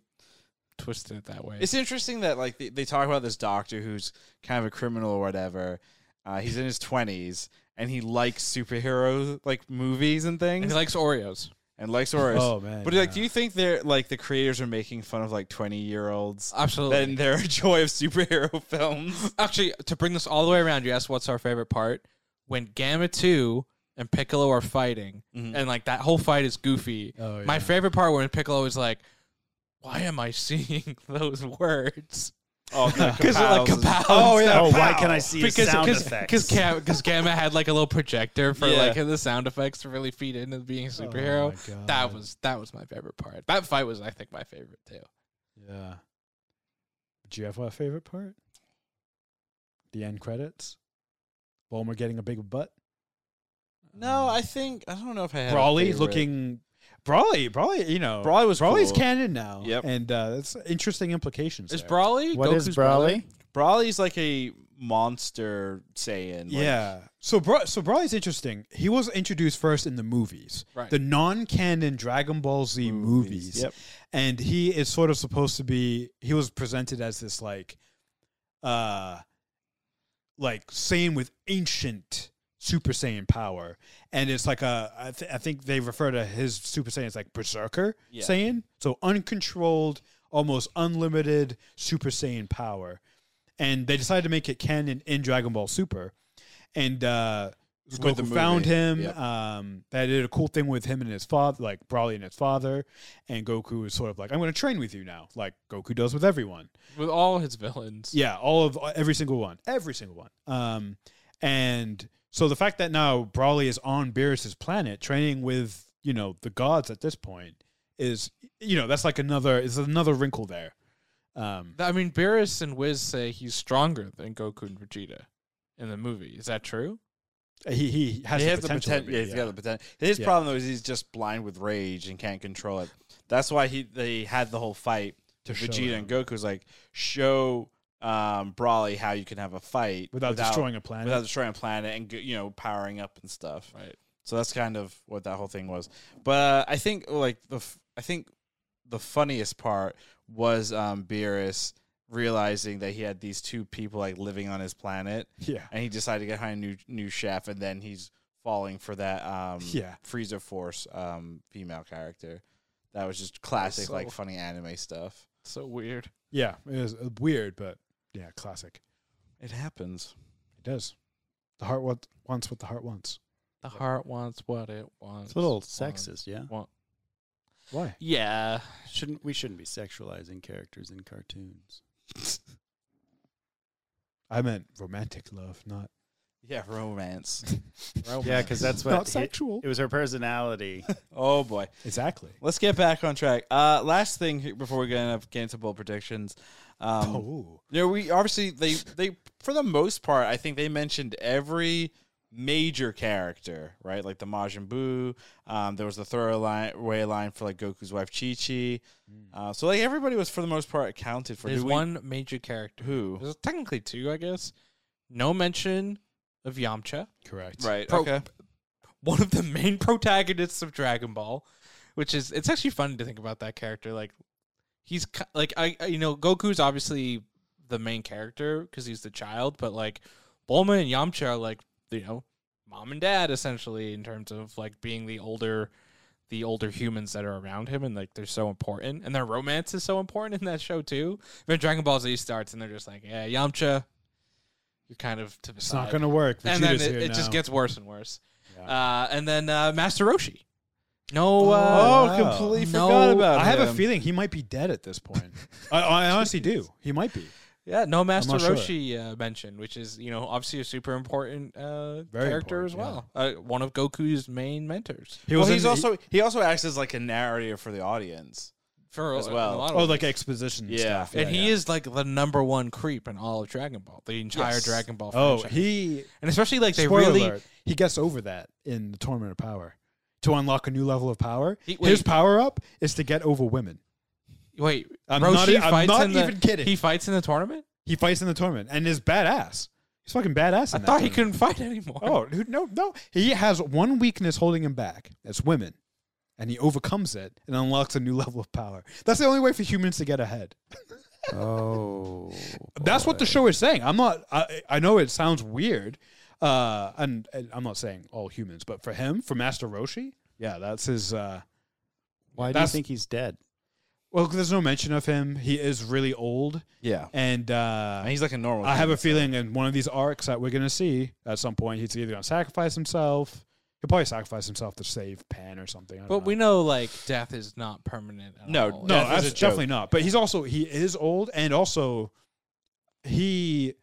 Speaker 2: twisted it that way.
Speaker 1: it's interesting that like they, they talk about this doctor who's kind of a criminal or whatever. Uh, he's in his twenties and he likes superhero like movies and
Speaker 2: and
Speaker 1: things,
Speaker 2: he
Speaker 1: and,
Speaker 2: likes Oreos.
Speaker 1: likes horror.
Speaker 3: Oh man,
Speaker 1: but like, do you think they're like the creators are making fun of like twenty year olds?
Speaker 2: Absolutely.
Speaker 1: Then their <laughs> joy of superhero films.
Speaker 2: Actually, to bring this all the way around, you asked what's our favorite part when Gamma Two and Piccolo are fighting,
Speaker 3: Mm-hmm.
Speaker 2: and like that whole fight is goofy.
Speaker 3: Oh, yeah.
Speaker 2: My favorite part when Piccolo is like, "Why am I seeing <laughs> those words?"
Speaker 4: <laughs>
Speaker 1: <laughs> Oh,
Speaker 2: Because like kapow. <laughs>
Speaker 3: Oh, yeah.
Speaker 4: Oh, why
Speaker 3: Pow.
Speaker 4: can I see a
Speaker 2: because
Speaker 4: sound
Speaker 2: because
Speaker 4: effect?
Speaker 2: because Gamma, Gamma had like a little projector for
Speaker 1: Yeah.
Speaker 2: like the sound effects to really feed into being a superhero.
Speaker 3: Oh, my God.
Speaker 2: that was that was my favorite part. That fight was I think my favorite too.
Speaker 3: yeah. Do you have a favorite part? The end credits. Bulma getting a big butt.
Speaker 1: No, I think I don't know if I had a
Speaker 3: Brawly
Speaker 1: favorite.
Speaker 3: looking. Brawly, Brawly, you know,
Speaker 1: Brawly was
Speaker 3: Brawly's
Speaker 1: cool.
Speaker 3: canon now.
Speaker 1: Yep.
Speaker 3: and uh, that's interesting implications.
Speaker 2: Is
Speaker 3: there.
Speaker 2: Brawly?
Speaker 4: What is
Speaker 2: Goku's brother?
Speaker 4: Brawly?
Speaker 1: Brawly's like a monster Saiyan. Like,
Speaker 3: yeah. So, Bra- so Brawly's interesting. He was introduced first in the movies,
Speaker 2: Right.
Speaker 3: the non-canon Dragon Ball Z movies,
Speaker 1: Yep.
Speaker 3: and he is sort of supposed to be. He was presented as this like, uh, like Saiyan with ancient Super Saiyan power, and it's like a. I, th- I think they refer to his Super Saiyan as like Berserker
Speaker 1: Yeah.
Speaker 3: Saiyan, so uncontrolled, almost unlimited Super Saiyan power, and they decided to make it canon in Dragon Ball Super, and uh,
Speaker 1: With
Speaker 3: Goku
Speaker 1: the movie.
Speaker 3: found him.
Speaker 1: Yep.
Speaker 3: Um, they did a cool thing with him and his father, like Brawly and his father, and Goku is sort of like, "I'm going to train with you now," like Goku does with everyone.
Speaker 2: With all his villains.
Speaker 3: Yeah, all of every single one, every single one. Um, and so the fact that now Brawly is on Beerus's planet training with you know the gods at this point is you know that's like another is another wrinkle there. Um,
Speaker 2: Th- I mean, Beerus and Wiz say he's stronger than Goku and Vegeta in the movie. Is that true?
Speaker 3: he he has
Speaker 1: he
Speaker 3: the
Speaker 1: has the
Speaker 3: potential. to
Speaker 1: potential.
Speaker 3: be,
Speaker 1: Yeah, he's
Speaker 3: yeah.
Speaker 1: got the potential. His
Speaker 3: Yeah.
Speaker 1: problem though is he's just blind with rage and can't control it. That's why he they had the whole fight.
Speaker 3: To show
Speaker 1: Vegeta
Speaker 3: him.
Speaker 1: and Goku's like show um, Brawly how you can have a fight
Speaker 3: without, destroying a planet.
Speaker 1: without destroying a planet and you know powering up and stuff.
Speaker 2: Right.
Speaker 1: So that's kind of what that whole thing was. But uh, I think like the f- I think the funniest part was um, Beerus realizing that he had these two people like living on his planet,
Speaker 3: yeah,
Speaker 1: and he decided to get hired a new new chef, and then he's falling for that um,
Speaker 3: Yeah.
Speaker 1: Frieza Force um, female character. That was just classic,
Speaker 2: so-
Speaker 1: like funny anime stuff.
Speaker 2: So weird.
Speaker 3: yeah. It was uh, weird, but yeah, classic.
Speaker 1: It happens.
Speaker 3: It does. The heart what wants what the heart wants.
Speaker 2: The heart wants what it wants.
Speaker 4: It's a little
Speaker 2: wants.
Speaker 4: sexist, yeah.
Speaker 3: Why?
Speaker 2: Yeah.
Speaker 4: Shouldn't we shouldn't be sexualizing characters in cartoons?
Speaker 3: I meant romantic love, not
Speaker 1: Yeah, romance.
Speaker 4: Yeah, because that's
Speaker 3: not
Speaker 4: what he-
Speaker 3: sexual.
Speaker 4: it was her personality.
Speaker 1: <laughs> oh boy.
Speaker 3: exactly.
Speaker 1: Let's get back on track. Uh, last thing here before we get into, get into bold predictions. Um,
Speaker 3: oh,
Speaker 1: You know, we obviously they they for the most part, I think they mentioned every major character, right? Like the Majin Buu. Um, there was the thorough line way line for like Goku's wife Chi Chi.
Speaker 3: Hmm.
Speaker 1: Uh, so like everybody was for the most part accounted for.
Speaker 2: There's
Speaker 1: Did we-
Speaker 2: one major character.
Speaker 1: who
Speaker 2: There's technically two, I guess. No mention of Yamcha.
Speaker 3: correct.
Speaker 1: right?
Speaker 2: Pro-
Speaker 1: okay,
Speaker 2: one of the main <laughs> protagonists of Dragon Ball, which is it's actually funny to think about that character. Like he's ki- like I I- you know Goku's obviously the main character because he's the child, but like Bulma and Yamcha are like you know mom and dad essentially in terms of like being the older the older humans that are around him and like they're so important and their romance is so important <laughs> in that show too. When Dragon Ball Z starts and they're just like yeah Yamcha, you're kind of to the
Speaker 3: It's
Speaker 2: side."
Speaker 3: not going to work.
Speaker 2: and then
Speaker 3: Vegeta's
Speaker 2: it,
Speaker 3: here
Speaker 2: it just
Speaker 3: now.
Speaker 2: gets worse and worse.
Speaker 3: Yeah.
Speaker 2: Uh, and then uh, Master Roshi. No,
Speaker 1: Oh,
Speaker 2: uh,
Speaker 3: wow.
Speaker 1: completely
Speaker 2: No,
Speaker 1: forgot about.
Speaker 3: I have a
Speaker 1: him.
Speaker 3: feeling he might be dead at this point. <laughs> I, I honestly do. He might be.
Speaker 2: yeah, no Master
Speaker 3: not sure.
Speaker 2: Roshi uh, mentioned, which is you know obviously a super important uh,
Speaker 3: Very
Speaker 2: character
Speaker 3: important,
Speaker 2: as well. Uh, one of Goku's main mentors
Speaker 3: He
Speaker 1: well,
Speaker 3: was
Speaker 1: he's
Speaker 3: in-
Speaker 1: also he also acts as like a narrator for the audience.
Speaker 2: for
Speaker 1: As
Speaker 2: a-
Speaker 1: well.
Speaker 2: A lot of
Speaker 3: oh
Speaker 2: ways.
Speaker 3: like exposition
Speaker 1: Yeah.
Speaker 3: stuff.
Speaker 2: and he is like the number one creep in all of Dragon Ball, the entire
Speaker 1: Yes.
Speaker 2: Dragon Ball.
Speaker 3: Oh,
Speaker 2: franchise.
Speaker 3: he.
Speaker 2: and especially like they
Speaker 3: spoiler
Speaker 2: really
Speaker 3: alert, he gets over that in the Tournament of Power to unlock a new level of power.
Speaker 2: He-
Speaker 3: His
Speaker 2: wait.
Speaker 3: power up is to get over women.
Speaker 2: wait.
Speaker 3: I'm
Speaker 2: Roshi
Speaker 3: not. e- I'm
Speaker 2: fights
Speaker 3: not
Speaker 2: in the,
Speaker 3: even kidding.
Speaker 2: He
Speaker 3: He,
Speaker 2: fights in the tournament.
Speaker 3: fights in the tournament and is badass. He's fucking badass.
Speaker 2: I
Speaker 3: In that
Speaker 2: thought he
Speaker 3: tournament.
Speaker 2: couldn't fight anymore.
Speaker 3: Oh who- no, no! He has one weakness holding him back. That's women, and he overcomes it and unlocks a new level of power. That's the only way for humans to get ahead.
Speaker 4: oh,
Speaker 3: That's what the show is saying. I'm not. I, I know it sounds weird, uh, and, and I'm not saying all humans, but for him, for Master Roshi, yeah, that's his. Uh,
Speaker 4: Why do you
Speaker 3: That's-
Speaker 4: think he's dead?
Speaker 3: well, there's no mention of him. He is really old,
Speaker 1: Yeah,
Speaker 3: and uh,
Speaker 1: and he's like a normal.
Speaker 3: I have a
Speaker 1: human, so-
Speaker 3: feeling in one of these arcs that we're gonna see at some point, he's either gonna sacrifice himself. He'll probably sacrifice himself to save Pan or something. I don't
Speaker 2: But
Speaker 3: know.
Speaker 2: we know like death is not permanent. At
Speaker 1: No,
Speaker 2: all.
Speaker 3: No,
Speaker 1: Death is
Speaker 3: that's
Speaker 1: a joke.
Speaker 3: definitely not. But he's also he is old, and also he.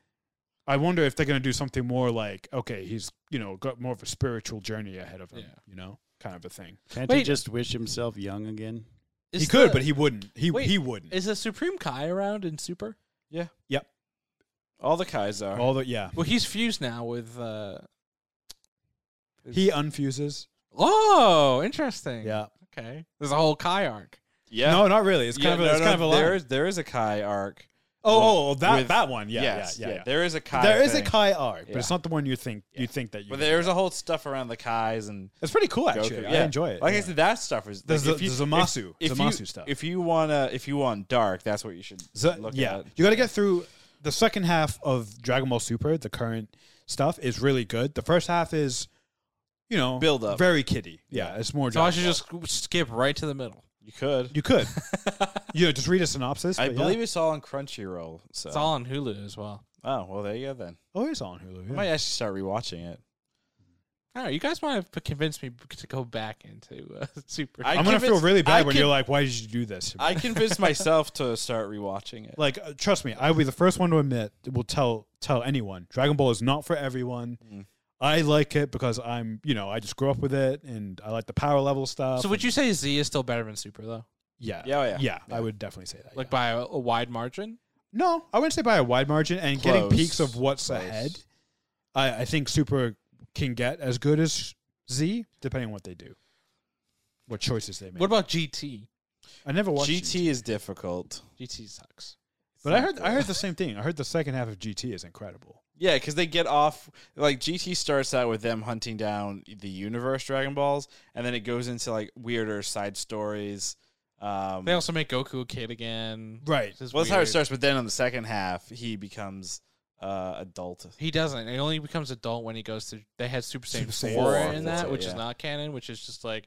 Speaker 3: I wonder if they're going to do something more like okay, he's you know got more of a spiritual journey ahead of him,
Speaker 2: Yeah.
Speaker 3: you know, kind of a thing.
Speaker 4: Can't he
Speaker 2: Wait.
Speaker 4: just wish himself young again?
Speaker 2: Is
Speaker 3: he could,
Speaker 2: the-
Speaker 3: but he wouldn't. He
Speaker 2: Wait,
Speaker 3: he wouldn't.
Speaker 2: Is the Supreme Kai around in Super?
Speaker 1: Yeah.
Speaker 3: Yep.
Speaker 1: All the Kais are.
Speaker 3: All the yeah.
Speaker 2: Well, he's fused now with. Uh,
Speaker 3: He unfuses.
Speaker 2: oh, interesting.
Speaker 3: Yeah.
Speaker 2: Okay. There's a whole Kai arc.
Speaker 1: yeah.
Speaker 3: No, not really. It's
Speaker 1: Yeah,
Speaker 3: kind of a,
Speaker 1: no,
Speaker 3: it's
Speaker 1: no,
Speaker 3: kind of a
Speaker 1: there
Speaker 3: line.
Speaker 1: is there is a Kai arc.
Speaker 3: Oh, oh, that
Speaker 1: with-
Speaker 3: that one. Yeah,
Speaker 1: yes,
Speaker 3: yeah, yeah. yeah.
Speaker 1: There is a Kai.
Speaker 3: There is
Speaker 1: thing.
Speaker 3: a Kai arc, but
Speaker 1: Yeah.
Speaker 3: it's not the one you think you think that you.
Speaker 1: But there's a whole stuff around the Kais and
Speaker 3: it's pretty cool actually.
Speaker 1: Goku.
Speaker 3: I
Speaker 1: Yeah.
Speaker 3: enjoy it.
Speaker 1: like I
Speaker 3: yeah.
Speaker 1: said, that stuff is
Speaker 3: There's
Speaker 1: like,
Speaker 3: the- there's the Zamasu-
Speaker 1: If, if
Speaker 3: Zamasu
Speaker 1: you,
Speaker 3: stuff.
Speaker 1: If you wanna, if you want dark, that's what you should
Speaker 3: So,
Speaker 1: look
Speaker 3: yeah,
Speaker 1: at.
Speaker 3: you got to get through the second half of Dragon Ball Super. The current stuff is really good. The first half is, you know,
Speaker 1: Build up.
Speaker 3: very kiddie. Yeah, it's more.
Speaker 2: So I
Speaker 3: Dragon
Speaker 2: should
Speaker 3: Ball.
Speaker 2: just sk- skip right to the middle.
Speaker 1: You could.
Speaker 2: <laughs>
Speaker 3: you could, you know, just read a synopsis.
Speaker 1: I
Speaker 3: but yeah.
Speaker 1: believe it's all on Crunchyroll. So.
Speaker 2: It's all on Hulu as well.
Speaker 1: oh well, there you go then.
Speaker 3: Oh, it's on
Speaker 1: I
Speaker 3: Hulu. Yeah.
Speaker 1: might actually start rewatching it.
Speaker 2: All right, you guys might have convinced me b- to go back into uh, <laughs> Super.
Speaker 1: I-
Speaker 3: I'm gonna feel
Speaker 1: convinced-
Speaker 3: really bad
Speaker 1: I
Speaker 3: when
Speaker 1: can-
Speaker 3: you're like, "Why did you do this?" <laughs>
Speaker 1: I convinced myself to start rewatching it.
Speaker 3: like uh, trust me i will be the first one to admit will tell tell anyone dragon ball is not for everyone
Speaker 1: Mm.
Speaker 3: i like it because i'm you know i just grew up with it and i like the power level stuff
Speaker 2: so would you say Z is still better than Super though?
Speaker 3: yeah
Speaker 1: Yeah, oh, yeah.
Speaker 3: i would definitely say that
Speaker 2: Like
Speaker 3: yeah.
Speaker 2: by a, a wide margin?
Speaker 3: no i wouldn't say by a wide margin and getting
Speaker 1: Close.
Speaker 3: peaks of what's
Speaker 1: Close.
Speaker 3: ahead I, I think super can get as good as z depending on what they do what choices they make
Speaker 2: What about GT?
Speaker 3: i never watched
Speaker 1: GT is difficult.
Speaker 2: GT sucks.
Speaker 3: but i heard
Speaker 1: Exactly.
Speaker 3: i heard the same thing i heard the second half of gt is incredible
Speaker 1: Yeah, because they get off like GT starts out with them hunting down the universe Dragon Balls, and then it goes into like weirder side stories. Um,
Speaker 2: They also make Goku a kid again.
Speaker 3: right
Speaker 2: This is
Speaker 1: well, that's how it
Speaker 2: weird.
Speaker 1: starts. But then on the second half, he becomes uh, adult.
Speaker 2: He doesn't. He only becomes adult when he goes to. They had Super Saiyan
Speaker 3: Super Saiyan
Speaker 2: four
Speaker 1: four,
Speaker 2: in
Speaker 1: that's
Speaker 2: that,
Speaker 1: it,
Speaker 2: which is
Speaker 1: yeah.
Speaker 2: not canon, which is just like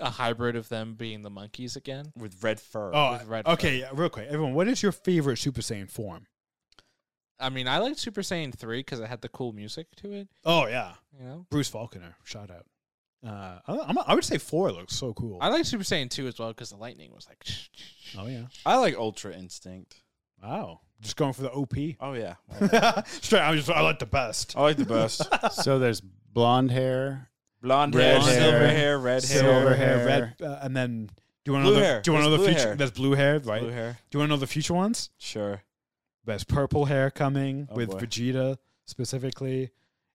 Speaker 2: a hybrid of them being the monkeys again.
Speaker 1: with red fur.
Speaker 3: Oh,
Speaker 2: with red
Speaker 3: okay. yeah, Real quick, everyone, what is your favorite Super Saiyan form?
Speaker 2: I mean, I liked Super Saiyan three because it had the cool music to it.
Speaker 3: Oh yeah,
Speaker 2: You know,
Speaker 3: Bruce Falconer. Shout out. Uh, I, I'm, I would say four looks so cool.
Speaker 2: I liked Super Saiyan two as well because the lightning was like. <sniffs>
Speaker 3: oh yeah.
Speaker 1: I like Ultra Instinct.
Speaker 3: Wow. Just going for the OP.
Speaker 1: Oh yeah, Why not?
Speaker 3: <laughs> Straight. I'm just. I like the best.
Speaker 1: I like the best.
Speaker 4: so there's blonde hair.
Speaker 1: <laughs> Blonde hair,
Speaker 4: Red hair.
Speaker 1: silver hair, red hair,
Speaker 4: Silver hair.
Speaker 3: red, uh, and then. Do you want to
Speaker 1: Blue
Speaker 3: know the?
Speaker 1: hair.
Speaker 3: Do you want to know
Speaker 1: There's
Speaker 3: the
Speaker 1: blue
Speaker 3: future?
Speaker 1: hair.
Speaker 3: That's blue hair, right?
Speaker 1: blue hair.
Speaker 3: Do you want to know the future ones?
Speaker 1: Sure.
Speaker 3: There's purple hair coming
Speaker 1: Oh,
Speaker 3: with
Speaker 1: boy.
Speaker 3: Vegeta specifically,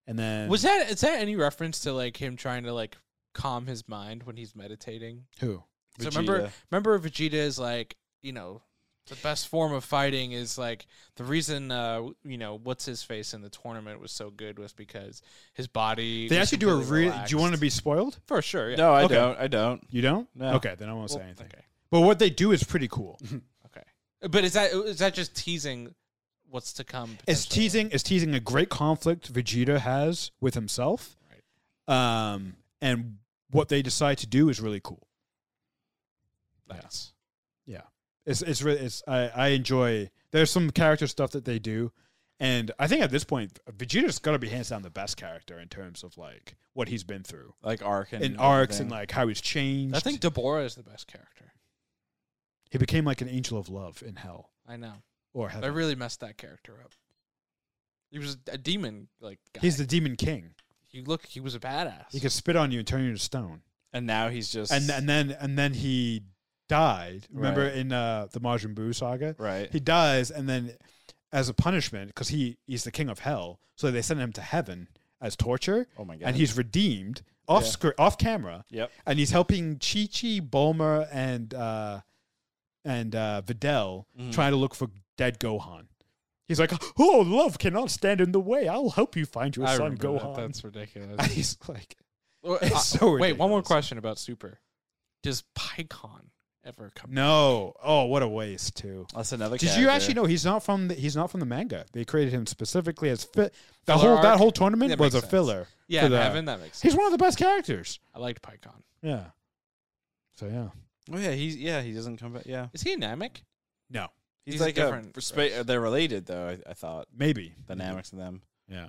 Speaker 3: and then
Speaker 2: Was that is that any reference to like him trying to like calm his mind when he's meditating?
Speaker 3: who?
Speaker 2: So remember,
Speaker 1: Vegeta.
Speaker 2: remember Vegeta is like you know the best form of fighting is like the reason uh you know what's his face in the tournament was so good was because his body.
Speaker 3: They
Speaker 2: was
Speaker 3: actually do a
Speaker 2: completely
Speaker 3: really. Do you want to
Speaker 2: relaxed.
Speaker 3: be spoiled?
Speaker 2: for sure? Yeah.
Speaker 1: No, I
Speaker 3: Okay.
Speaker 1: don't. I don't.
Speaker 3: You don't.
Speaker 1: No.
Speaker 3: Okay, then I won't
Speaker 2: Well,
Speaker 3: say anything.
Speaker 2: Okay.
Speaker 3: But what they do is
Speaker 1: <laughs>
Speaker 3: pretty cool.
Speaker 2: Okay. But is that is that just teasing what's to come?
Speaker 3: It's
Speaker 2: potentially?
Speaker 3: teasing. It's teasing a great conflict Vegeta has with himself, um, and what they decide to do is really cool.
Speaker 2: Nice.
Speaker 3: It's it's really it's I, I enjoy. There's some character stuff that they do, and I think at this point Vegeta's got to be hands down the best character in terms of like what he's been through
Speaker 1: Like arc and
Speaker 3: in arcs and
Speaker 1: everything.
Speaker 3: like how he's changed.
Speaker 2: I think Deborah is the best character.
Speaker 3: he became like an angel of love in hell
Speaker 2: I know.
Speaker 3: or
Speaker 2: They
Speaker 3: heaven.
Speaker 2: really messed that character up. He was a demon like guy.
Speaker 3: He's the demon king.
Speaker 2: he look he was a badass.
Speaker 3: He could spit on you and turn you to stone.
Speaker 1: and now he's just
Speaker 3: And and then and then he died. Remember
Speaker 1: Right.
Speaker 3: in uh, the Majin Buu saga.
Speaker 1: right.
Speaker 3: he dies and then as a punishment because he he's the king of hell so they send him to heaven as torture
Speaker 1: oh my god.
Speaker 3: and he's redeemed off
Speaker 1: Yeah.
Speaker 3: screen off camera
Speaker 1: yep.
Speaker 3: and he's helping chi chi bulma and uh and uh videl
Speaker 2: Hmm.
Speaker 1: Mhm.
Speaker 3: trying to look for dead gohan he's like oh love cannot stand in the way i'll help you find your
Speaker 2: I
Speaker 3: son
Speaker 2: remember that.
Speaker 3: gohan
Speaker 2: That's ridiculous.
Speaker 3: <laughs> and he's like
Speaker 2: Well,
Speaker 3: <laughs> It's
Speaker 2: uh,
Speaker 3: so
Speaker 2: wait, one more
Speaker 3: ridiculous.
Speaker 2: question about Super. Does PyCon ever come?
Speaker 3: no oh what a waste too
Speaker 1: That's another.
Speaker 3: Did you actually know he's not from the, he's not from the manga? They created him specifically as fit. The
Speaker 2: Filler
Speaker 3: whole that
Speaker 2: arc?
Speaker 3: whole tournament
Speaker 2: That
Speaker 3: was a
Speaker 2: makes sense.
Speaker 3: filler.
Speaker 2: Yeah,
Speaker 3: for
Speaker 2: in
Speaker 3: the-
Speaker 2: heaven that makes sense.
Speaker 3: He's one of the best characters.
Speaker 2: I liked PyCon.
Speaker 3: Yeah. So yeah.
Speaker 1: Oh yeah, he's yeah he doesn't come back. Yeah,
Speaker 2: Is he a Namek?
Speaker 3: No,
Speaker 1: he's,
Speaker 2: He's
Speaker 1: like
Speaker 2: a
Speaker 1: different. Mm-hmm.
Speaker 2: different
Speaker 1: A,
Speaker 2: race.
Speaker 1: spa- they're related though. I, I thought
Speaker 3: maybe
Speaker 1: dynamics of them.
Speaker 3: Yeah.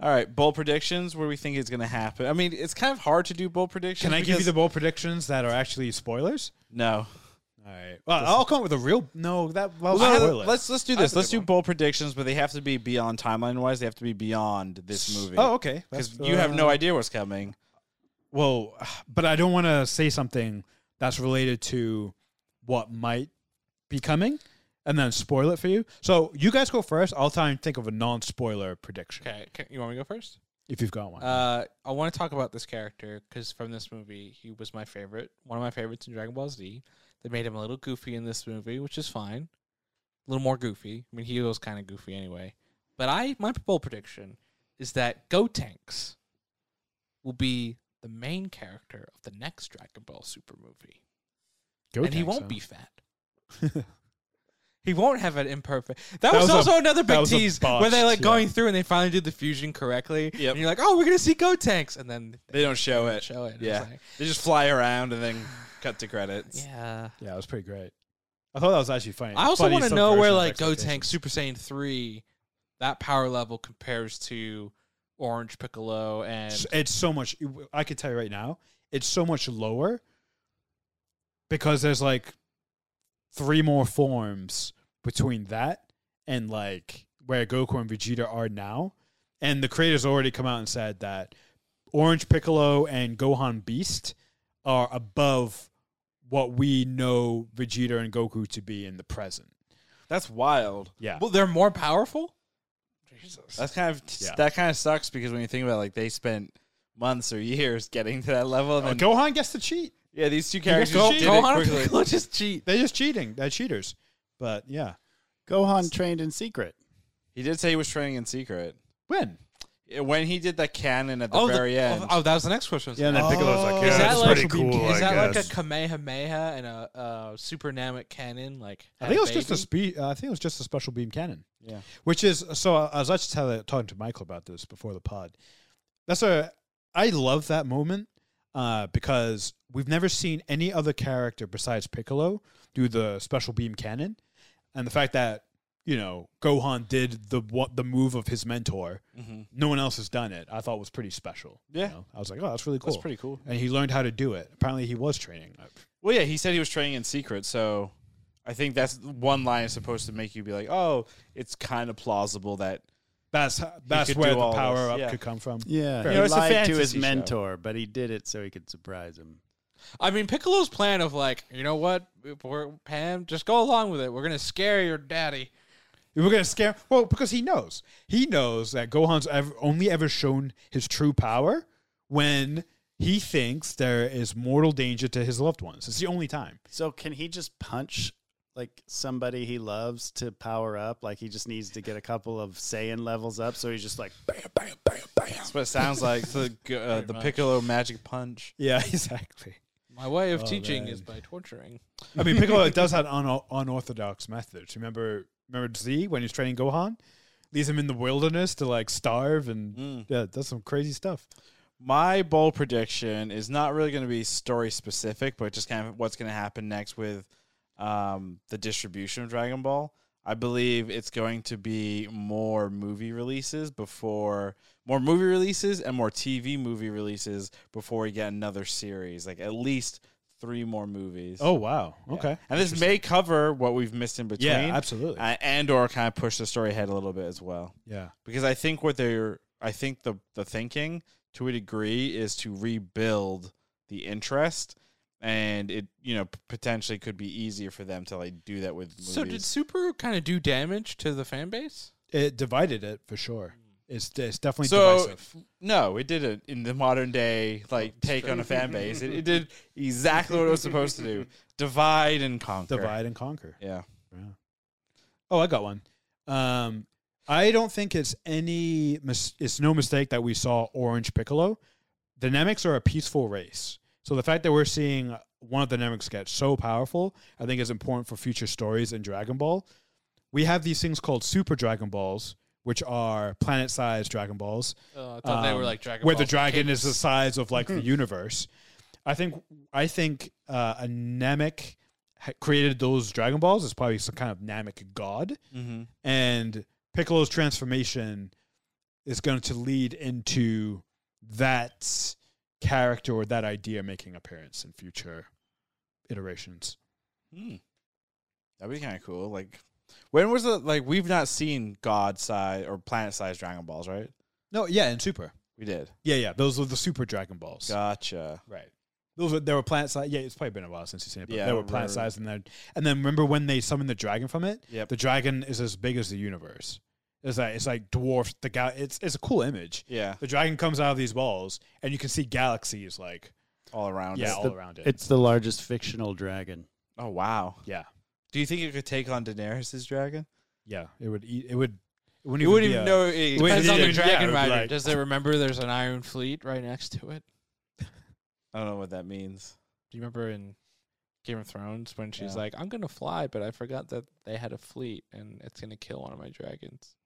Speaker 1: All right, bold predictions. What do we think is going to happen? I mean, it's kind of hard to do bold predictions.
Speaker 3: Can I give you
Speaker 1: because-
Speaker 3: the bold predictions that are actually spoilers?
Speaker 1: no?
Speaker 3: All right. Well, I'll come up with a real no. That well,
Speaker 1: Well,
Speaker 3: spoil it.
Speaker 1: let's let's do this.
Speaker 2: That's a good
Speaker 1: Let's do
Speaker 2: one.
Speaker 1: bold predictions, but they have to be beyond timeline wise. They have to be beyond this movie.
Speaker 3: Oh, okay.
Speaker 1: because
Speaker 3: That's,
Speaker 1: you have no
Speaker 3: uh,
Speaker 1: idea what's coming.
Speaker 3: Well, but I don't want to say something that's related to what might be coming. and then spoil it for you. So you guys go first. I'll try and think of a non-spoiler prediction
Speaker 2: Okay, can, you want me to go first?
Speaker 3: if you've got one.
Speaker 2: Uh, I want to talk about this character because from this movie, he was my favorite, one of my favorites in Dragon Ball Z. They made him a little goofy in this movie, which is fine. A little more goofy. I mean, he was kind of goofy anyway. But I, my bold prediction is that Go Tanks will be the main character of the next Dragon Ball Super movie,
Speaker 3: Go
Speaker 2: and he
Speaker 3: Tanks,
Speaker 2: won't
Speaker 3: huh?
Speaker 2: be fat. <laughs> He won't have an imperfect. That,
Speaker 3: That
Speaker 2: was,
Speaker 3: was a-
Speaker 2: also another
Speaker 3: that
Speaker 2: big
Speaker 3: was a
Speaker 2: tease
Speaker 3: botched,
Speaker 2: where they like
Speaker 3: yeah.
Speaker 2: going through and they finally did the fusion correctly.
Speaker 1: Yep.
Speaker 2: And you're like, oh, we're gonna see Go Tanks, and then
Speaker 1: They don't show it.
Speaker 2: <laughs> show it.
Speaker 1: Yeah. They just fly around and then cut to credits.
Speaker 2: yeah.
Speaker 3: Yeah, it was pretty great. I thought that was actually funny.
Speaker 2: I also
Speaker 3: Funny
Speaker 2: want to know where
Speaker 3: subversion of
Speaker 2: like Go Tank
Speaker 3: expectations.
Speaker 2: Super Saiyan three, that power level compares to Orange Piccolo and
Speaker 3: S- It's so much. I could tell you right now, it's so much lower because there's like three more forms between that and like where Goku and Vegeta are now. And the creators already come out and said that Orange Piccolo and Gohan Beast are above what we know Vegeta and Goku to be in the present.
Speaker 1: That's wild.
Speaker 3: Yeah.
Speaker 2: well, they're more powerful. Jesus.
Speaker 1: That's kind of
Speaker 3: Yeah.
Speaker 1: that kind of sucks because when you think about it, like they spent months or years getting to that level, and then,
Speaker 3: Gohan gets to cheat.
Speaker 1: yeah, these two
Speaker 3: guess
Speaker 1: characters
Speaker 3: Go-
Speaker 1: did
Speaker 2: Gohan
Speaker 1: it
Speaker 2: and
Speaker 1: quickly.
Speaker 2: <laughs> Piccolo just cheat.
Speaker 3: They're just cheating. They're cheaters. But yeah.
Speaker 4: Gohan trained in secret.
Speaker 1: He did say he was training in secret
Speaker 3: When?
Speaker 1: Yeah, when he did that cannon at the
Speaker 2: Oh, the-
Speaker 1: very end.
Speaker 2: oh, oh, that was the next question.
Speaker 3: Yeah, and then Piccolo's like,
Speaker 2: is
Speaker 3: yeah,
Speaker 2: that
Speaker 3: that's
Speaker 2: like
Speaker 3: pretty cool,
Speaker 2: is
Speaker 3: I
Speaker 2: that like
Speaker 3: guess.
Speaker 2: a Kamehameha and a uh, Super Namek cannon? Like
Speaker 3: I
Speaker 2: had
Speaker 3: think it
Speaker 2: a
Speaker 3: was just a
Speaker 2: baby?
Speaker 3: spe- uh, I think it was just a special beam cannon.
Speaker 1: Yeah.
Speaker 3: Which is so uh, I was actually tell- talking to Michael about this before the pod. That's a I love that moment uh, because we've never seen any other character besides Piccolo do the special beam cannon, and the fact that you know Gohan did the what the move of his mentor,
Speaker 1: Mhm.
Speaker 3: no one else has done it. I thought was pretty special. you
Speaker 1: Yeah.
Speaker 3: know? I was like, oh, that's really cool.
Speaker 1: That's pretty cool.
Speaker 3: and he learned how to do it. Apparently, he was training. uh,
Speaker 1: Well, yeah, he said he was training in secret, so I think that's one line is supposed to make you be like, oh, it's kind of plausible that
Speaker 3: That's that's
Speaker 1: could
Speaker 3: where
Speaker 1: do
Speaker 3: the
Speaker 1: all this,
Speaker 3: power up
Speaker 1: yeah.
Speaker 3: could come from. Fair.
Speaker 4: Yeah, he
Speaker 1: You know, it's a
Speaker 4: lied to his
Speaker 1: fantasy show.
Speaker 4: mentor, but he did it so he could surprise him.
Speaker 2: I mean, Piccolo's plan of like, you know what, we're, Pam, just go along with it. We're gonna scare your daddy.
Speaker 3: We're gonna scare. Well, because he knows, he knows that Gohan's ever, only ever shown his true power when he thinks there is mortal danger to his loved ones. It's the only time.
Speaker 4: So can he just punch like somebody he loves to power up? Like he just needs to get a couple of Saiyan levels up. So he's just like, bam, bam, bam, bam.
Speaker 1: that's what it sounds like the uh, the
Speaker 2: much.
Speaker 1: Piccolo magic punch.
Speaker 3: Yeah, <laughs> exactly.
Speaker 2: My way of
Speaker 3: Oh,
Speaker 2: teaching
Speaker 3: man.
Speaker 2: is by torturing.
Speaker 3: I mean, Piccolo does have un- unorthodox methods. Remember, remember Z when he's training Gohan, leaves him in the wilderness to like starve and yeah, does some crazy stuff.
Speaker 1: My bold prediction is not really going to be story specific, but just kind of what's going to happen next with um, the distribution of Dragon Ball. I believe it's going to be more movie releases before more movie releases and more TV movie releases before we get another series, like at least three more movies.
Speaker 3: Oh wow,
Speaker 1: Yeah.
Speaker 3: okay,
Speaker 1: and this may cover what we've missed in between,
Speaker 3: yeah, absolutely,
Speaker 1: uh, and or kind of push the story ahead a little bit as well
Speaker 3: yeah.
Speaker 1: because I think what they're I think the the thinking to a degree is to rebuild the interest and it you know p- potentially could be easier for them to like do that with movies.
Speaker 2: So did Super kind of do damage to the fan base?
Speaker 3: It divided it for sure. It's it's definitely
Speaker 1: So-
Speaker 3: divisive.
Speaker 1: no it did it in the modern day
Speaker 3: <laughs>
Speaker 1: like take on a fan base it, it did exactly what it was supposed to
Speaker 3: <laughs>
Speaker 1: do divide and conquer
Speaker 3: Divide and conquer.
Speaker 1: yeah
Speaker 3: Oh, I got one. Um, I don't think it's any. Mis- it's no mistake that we saw Orange Piccolo. The Nemics are a peaceful race, so the fact that we're seeing one of the Nemics get so powerful, I think, is important for future stories in Dragon Ball. We have these things called Super Dragon Balls, which are planet-sized Dragon Balls,
Speaker 2: Uh, I thought they were
Speaker 3: um,
Speaker 2: like Dragon
Speaker 3: where
Speaker 2: Ball
Speaker 3: the dragon
Speaker 2: kings.
Speaker 3: is the size of like the universe. I think I think uh, a Namek ha- created those Dragon Balls is probably some kind of Namek god,
Speaker 1: mm-hmm.
Speaker 3: and Piccolo's transformation is going to lead into that character or that idea making appearance in future iterations.
Speaker 1: Hmm. that'd be kind of cool like when was the like we've not seen god size or planet size dragon balls right
Speaker 3: No, yeah, and Super,
Speaker 1: we did
Speaker 3: yeah, yeah, those are the Super Dragon Balls,
Speaker 1: gotcha
Speaker 3: right? Those were, there were planet size. Yeah, it's probably been a while since you've seen it. But
Speaker 1: Yeah, I
Speaker 3: there were
Speaker 1: don't
Speaker 3: planet
Speaker 1: remember.
Speaker 3: sized in there. And then remember when they summoned the dragon from it?
Speaker 1: Yep.
Speaker 3: The dragon is as big as the universe. It's like it's like dwarfs the gal. It's it's a cool image.
Speaker 1: Yeah,
Speaker 3: The dragon comes out of these balls, and you can see galaxies like
Speaker 1: all around.
Speaker 3: yeah
Speaker 1: us.
Speaker 3: all
Speaker 4: the-
Speaker 3: around it.
Speaker 4: It's the largest fictional dragon.
Speaker 1: Oh wow.
Speaker 3: yeah,
Speaker 1: Do you think it could take on Daenerys' dragon?
Speaker 3: yeah. It would eat. It would. It wouldn't
Speaker 1: You wouldn't
Speaker 3: even be
Speaker 1: even
Speaker 3: a-
Speaker 1: know. It,
Speaker 3: Wait,
Speaker 2: Oh, Depends on the
Speaker 3: yeah,
Speaker 2: Dragon
Speaker 3: yeah,
Speaker 2: Rider.
Speaker 3: like-
Speaker 2: Does it remember there's an Iron Fleet right next to it?
Speaker 1: I don't know what that means.
Speaker 2: Do you remember in Game of Thrones when she's
Speaker 1: Yeah.
Speaker 2: like, "I'm gonna fly," but I forgot that they had a fleet and it's gonna kill one of my dragons.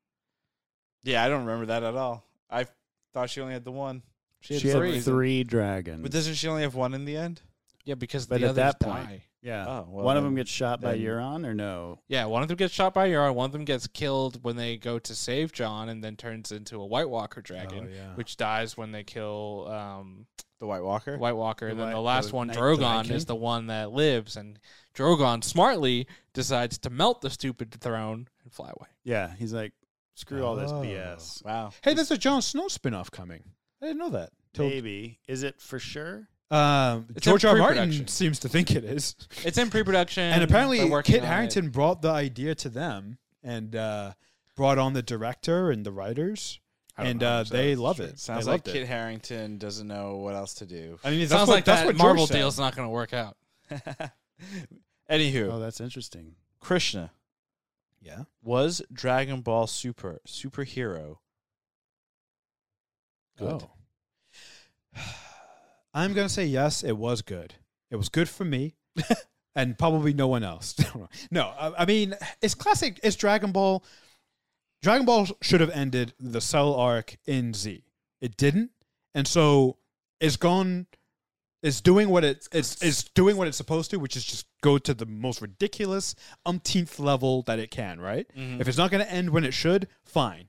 Speaker 1: Yeah, I don't remember that at all. I thought she only had the one.
Speaker 2: She had
Speaker 4: she
Speaker 2: three.
Speaker 4: had three dragons.
Speaker 1: But doesn't she only have one in the end?
Speaker 2: Yeah, because
Speaker 4: But
Speaker 2: the
Speaker 4: at
Speaker 2: others
Speaker 4: that
Speaker 2: die.
Speaker 4: point- yeah.
Speaker 1: Oh, well,
Speaker 4: One of
Speaker 1: then-
Speaker 4: them gets shot by
Speaker 1: then-
Speaker 4: Euron or no?
Speaker 2: Yeah, one of them gets shot by Yara. One of them gets killed when they go to save John, and then turns into a White Walker dragon,
Speaker 3: Oh, yeah.
Speaker 2: which dies when they kill um,
Speaker 1: The White Walker.
Speaker 2: White Walker,
Speaker 3: The
Speaker 2: and then
Speaker 3: White-
Speaker 2: the last
Speaker 3: the
Speaker 2: one,
Speaker 3: Night
Speaker 2: Drogon,
Speaker 3: Dragon.
Speaker 2: is the one that lives, and Drogon smartly decides to melt the stupid throne and fly away.
Speaker 4: Yeah. He's like, screw all this
Speaker 3: Oh.
Speaker 4: BS.
Speaker 1: Wow.
Speaker 3: Hey, there's a Jon Snow spin-off coming. I didn't know that. Till-
Speaker 4: Maybe. Is it for sure?
Speaker 3: um,
Speaker 2: It's
Speaker 3: George
Speaker 2: in
Speaker 3: R. R. Martin
Speaker 2: pre-production.
Speaker 3: seems to think it is.
Speaker 2: It's
Speaker 3: <laughs>
Speaker 2: in pre-production,
Speaker 3: and
Speaker 2: They're
Speaker 3: apparently
Speaker 2: working
Speaker 3: kit
Speaker 2: on it.
Speaker 3: harrington brought the idea to them and uh, brought on the director and the writers
Speaker 2: I don't
Speaker 3: and
Speaker 2: know,
Speaker 3: uh,
Speaker 2: so
Speaker 3: they
Speaker 2: it's
Speaker 3: love
Speaker 2: true.
Speaker 3: it
Speaker 1: Sounds
Speaker 3: they
Speaker 1: like
Speaker 3: loved
Speaker 1: Kit
Speaker 3: it.
Speaker 1: Harrington doesn't know what else to do. <laughs>
Speaker 3: i mean that's
Speaker 2: Sounds
Speaker 3: what,
Speaker 2: like
Speaker 3: that's
Speaker 2: that
Speaker 3: what George
Speaker 2: Marvel
Speaker 3: said.
Speaker 2: deal's not going to work out.
Speaker 1: Anywho,
Speaker 4: Oh, that's interesting.
Speaker 1: Krishna
Speaker 3: yeah
Speaker 1: was Dragon Ball Super superhero. Good?
Speaker 3: oh <sighs> i'm gonna say yes it was good it was good for me and probably no one else <laughs> no I, I mean it's classic it's dragon ball dragon ball should have ended the cell arc in z it didn't and so it's gone it's doing what it, it's it's doing what it's supposed to, which is just go to the most ridiculous umpteenth level that it can. Right? If it's not going to end when it should, fine,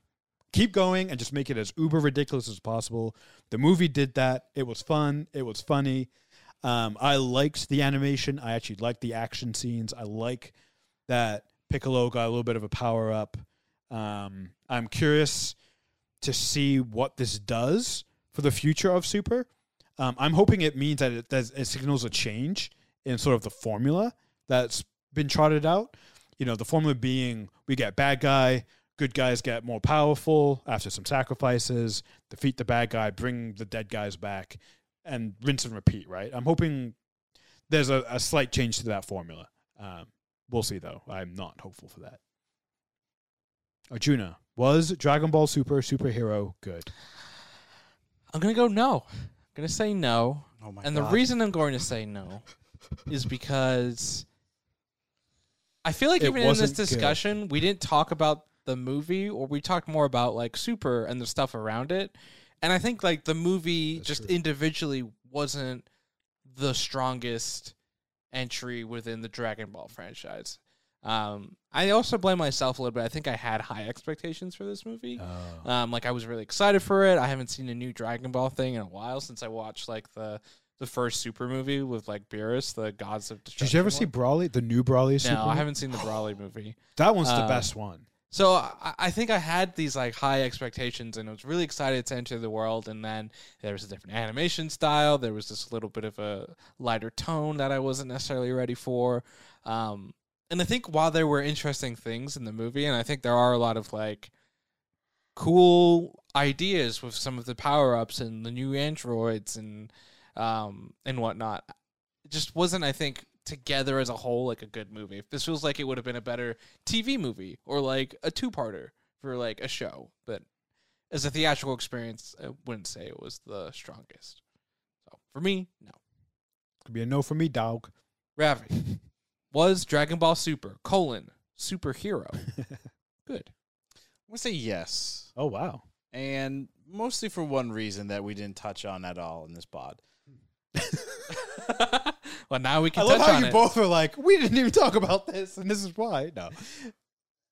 Speaker 3: keep going and just make it as uber ridiculous as possible. The movie did that. It was fun. It was funny. Um, I liked the animation. I actually liked the action scenes. I like that Piccolo got a little bit of a power up. Um, I'm curious to see what this does for the future of Super. Um, I'm hoping it means that it, that it signals a change in sort of the formula that's been trotted out. You know, the formula being we get bad guy, good guys get more powerful after some sacrifices, defeat the bad guy, bring the dead guys back, and rinse and repeat, right? I'm hoping there's a, a slight change to that formula. Um, we'll see, though. I'm not hopeful for that. Arjuna, was Dragon Ball Super superhero good?
Speaker 2: I'm going to go no. I'm going to say no.
Speaker 1: Oh my
Speaker 2: and
Speaker 1: god.
Speaker 2: the reason I'm going to say no is because I feel like
Speaker 3: It
Speaker 2: even in this
Speaker 3: wasn't good.
Speaker 2: discussion, we didn't talk about the movie, or we talked more about like Super and the stuff around it. And I think like the movie
Speaker 3: That's
Speaker 2: just
Speaker 3: true.
Speaker 2: individually wasn't the strongest entry within the Dragon Ball franchise. Um, I also blame myself a little bit. I think I had high expectations for this movie.
Speaker 3: Uh,
Speaker 2: Um, like I was really excited for it. I haven't seen a new Dragon Ball thing in a while since I watched like the the first Super movie with like Beerus, the Gods of Destruction.
Speaker 3: Did you ever see
Speaker 2: one.
Speaker 3: Brawley, the new Brawley
Speaker 2: No,
Speaker 3: Super?
Speaker 2: I haven't seen the Brawley movie.
Speaker 3: That one's the
Speaker 2: Um,
Speaker 3: best one.
Speaker 2: So I, I think I had these like high expectations, and I was really excited to enter the world. And then there was a different animation style. There was this little bit of a lighter tone that I wasn't necessarily ready for. Um, and I think while there were interesting things in the movie, and I think there are a lot of like cool ideas with some of the power ups and the new androids and um, and whatnot, it just wasn't I think together as a whole like a good movie. This feels like it would have been a better TV movie or like a two parter for like a show, but as a theatrical experience, I wouldn't say it was the strongest. So for me, no.
Speaker 3: Could be a no for me, dog. <laughs>
Speaker 2: Ravi was Dragon Ball Super colon superhero
Speaker 3: <laughs>
Speaker 2: good.
Speaker 1: I'm gonna say yes,
Speaker 3: Oh wow.
Speaker 1: and mostly for one reason that we didn't touch on at all in this pod.
Speaker 2: well, now we
Speaker 3: I
Speaker 2: can
Speaker 3: love
Speaker 2: touch
Speaker 3: how
Speaker 2: on
Speaker 3: you
Speaker 2: it.
Speaker 3: both are like, we didn't even talk about this, and this is why. No.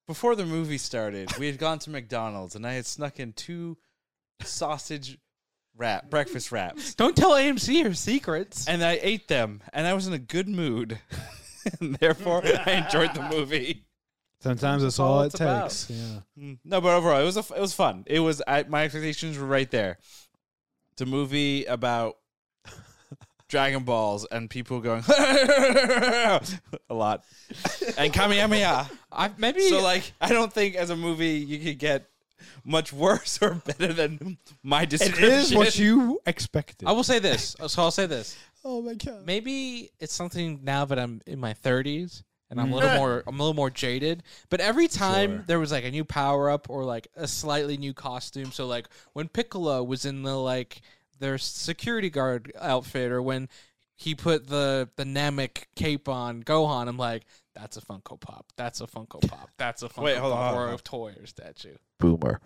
Speaker 1: Before the movie started, we had gone to McDonald's, and I had snuck in two sausage wrap breakfast wraps.
Speaker 2: Don't tell AMC your secrets.
Speaker 1: and I ate them, and I was in a good mood, <laughs> and therefore I enjoyed the movie.
Speaker 3: Sometimes that's
Speaker 1: all
Speaker 3: all it
Speaker 1: it's about.
Speaker 3: takes. Yeah.
Speaker 1: No, but overall, it was a, f- it was fun. It <laughs> was I, my expectations were right there. It's a movie about Dragon Balls and people going <laughs> a lot and <laughs> Kamehameha.
Speaker 2: I maybe
Speaker 1: So like, I don't think as a movie you could get much worse or better than my
Speaker 3: It
Speaker 1: description.
Speaker 3: is what you expected.
Speaker 2: I will say this. So I'll say this.
Speaker 3: oh my god!
Speaker 2: Maybe it's something now that I'm in my 30s and I'm a little more I'm a little more jaded. But every time
Speaker 1: Sure.
Speaker 2: there was like a new power up or like a slightly new costume. So like when Piccolo was in the like their security guard outfit or when he put the the Namek cape on Gohan, I'm like that's a Funko Pop. That's a Funko Pop. That's a Funko
Speaker 1: Wait, hold on,
Speaker 2: Pop
Speaker 1: hold on,
Speaker 2: or
Speaker 1: hold
Speaker 2: a toy or statue.
Speaker 1: boomer.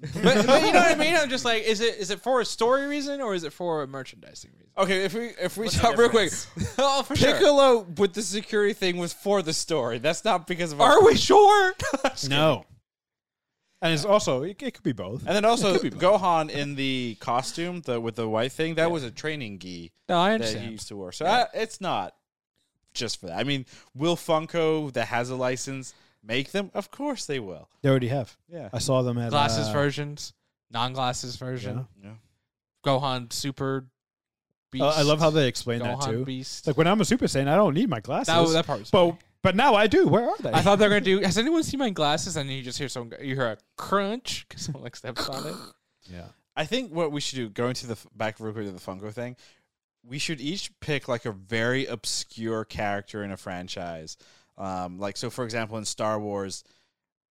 Speaker 2: but, but you know what I mean? I'm just like, is it is it for a story reason or is it for a merchandising reason?
Speaker 1: Okay, if we if we
Speaker 2: What's the
Speaker 1: stop real quick,
Speaker 2: <laughs> oh, for
Speaker 1: Piccolo with the security thing was for the story. That's not because of our.
Speaker 2: <laughs> Are we
Speaker 3: <laughs>
Speaker 2: sure?
Speaker 3: No, and it's also it, it could be both.
Speaker 1: And then also Gohan in the costume, the with the white thing, that was a training gi
Speaker 2: no, I
Speaker 1: that he used to wear. So I, it's not just for that. I mean, will Funko that has a license make them? Of course they will.
Speaker 3: They already have.
Speaker 1: Yeah.
Speaker 3: I saw them at
Speaker 2: Glasses
Speaker 3: uh,
Speaker 2: versions, non-glasses version.
Speaker 1: Yeah.
Speaker 2: Gohan Super. Beast.
Speaker 3: Uh, I love how they explain
Speaker 2: Gohan
Speaker 3: that too.
Speaker 2: Beast.
Speaker 3: Like when I'm a Super Saiyan, I don't need my glasses.
Speaker 2: that, that part was.
Speaker 3: but
Speaker 2: funny.
Speaker 3: but now I do. Where are they?
Speaker 2: I thought they were gonna do. Has anyone seen my glasses? And then you just hear someone. go- You hear a crunch because someone like steps on <laughs> it.
Speaker 3: yeah.
Speaker 1: I think what we should do, going to the f- back real quick to the Funko thing, we should each pick like a very obscure character in a franchise. Um, like so, for example, in Star Wars,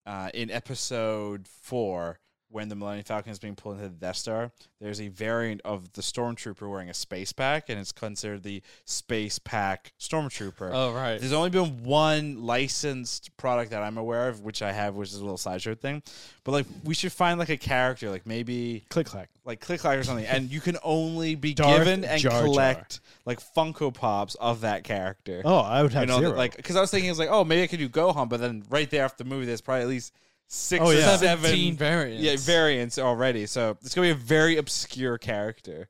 Speaker 1: uh, in Episode Four, when the Millennium Falcon is being pulled into the Death Star, there's a variant of the stormtrooper wearing a space pack, and it's considered the space pack stormtrooper.
Speaker 2: Oh right.
Speaker 1: There's only been one licensed product that I'm aware of, which I have, which is a little sideshow thing. But like, we should find like a character, like maybe
Speaker 3: Click clack.
Speaker 1: like click clack or something, and you can only be
Speaker 3: Darth
Speaker 1: given and
Speaker 3: Jar Jar.
Speaker 1: collect like Funko Pops of that character.
Speaker 3: Oh, I would have
Speaker 1: you know,
Speaker 3: zero.
Speaker 1: that, like because I was thinking, it was like, oh, maybe I could do Gohan, but then right there after the movie, there's probably at least six
Speaker 3: Oh,
Speaker 1: or
Speaker 3: yeah.
Speaker 1: seven
Speaker 2: variants.
Speaker 1: yeah, variants already. So it's gonna be a very obscure character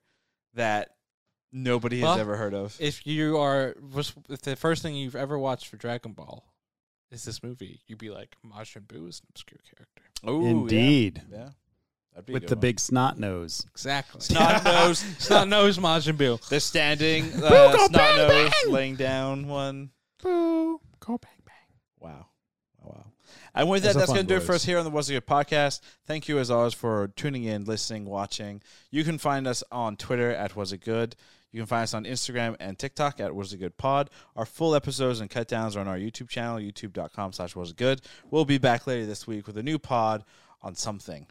Speaker 1: that nobody has
Speaker 2: Well,
Speaker 1: ever heard of.
Speaker 2: if you are was- if the first thing you've ever watched for Dragon Ball is this movie, you'd be like Majin Buu is an obscure character.
Speaker 1: Oh,
Speaker 4: Indeed.
Speaker 1: yeah, yeah. That'd be a
Speaker 4: With
Speaker 1: good
Speaker 4: the
Speaker 1: one.
Speaker 4: big snot nose.
Speaker 2: Exactly.
Speaker 1: snot nose.
Speaker 2: Snot nose Majin Buu.
Speaker 1: The
Speaker 3: <laughs>
Speaker 1: standing uh,
Speaker 3: Boo-go,
Speaker 1: snot
Speaker 3: bang,
Speaker 1: nose
Speaker 3: bang!
Speaker 1: laying down one.
Speaker 3: Boo. Go bang bang.
Speaker 1: Wow. Oh, wow. And with that,
Speaker 3: Those are
Speaker 1: that's
Speaker 3: fun
Speaker 1: going to do it for
Speaker 3: words.
Speaker 1: us here on the What's a Good podcast. Thank you, as always, for tuning in, listening, watching. You can find us on Twitter at Was It Good. You can find us on Instagram and TikTok at Was It Good Pod. Our full episodes and cutdowns are on our YouTube channel, youtube.com slash Was It Good. We'll be back later this week with a new pod on something.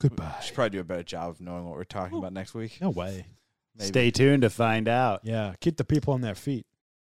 Speaker 3: Goodbye.
Speaker 1: Should probably do a better job of knowing what we're talking about next week.
Speaker 3: No way.
Speaker 1: Maybe.
Speaker 4: Stay tuned to find out.
Speaker 3: Yeah. Keep the people on their feet.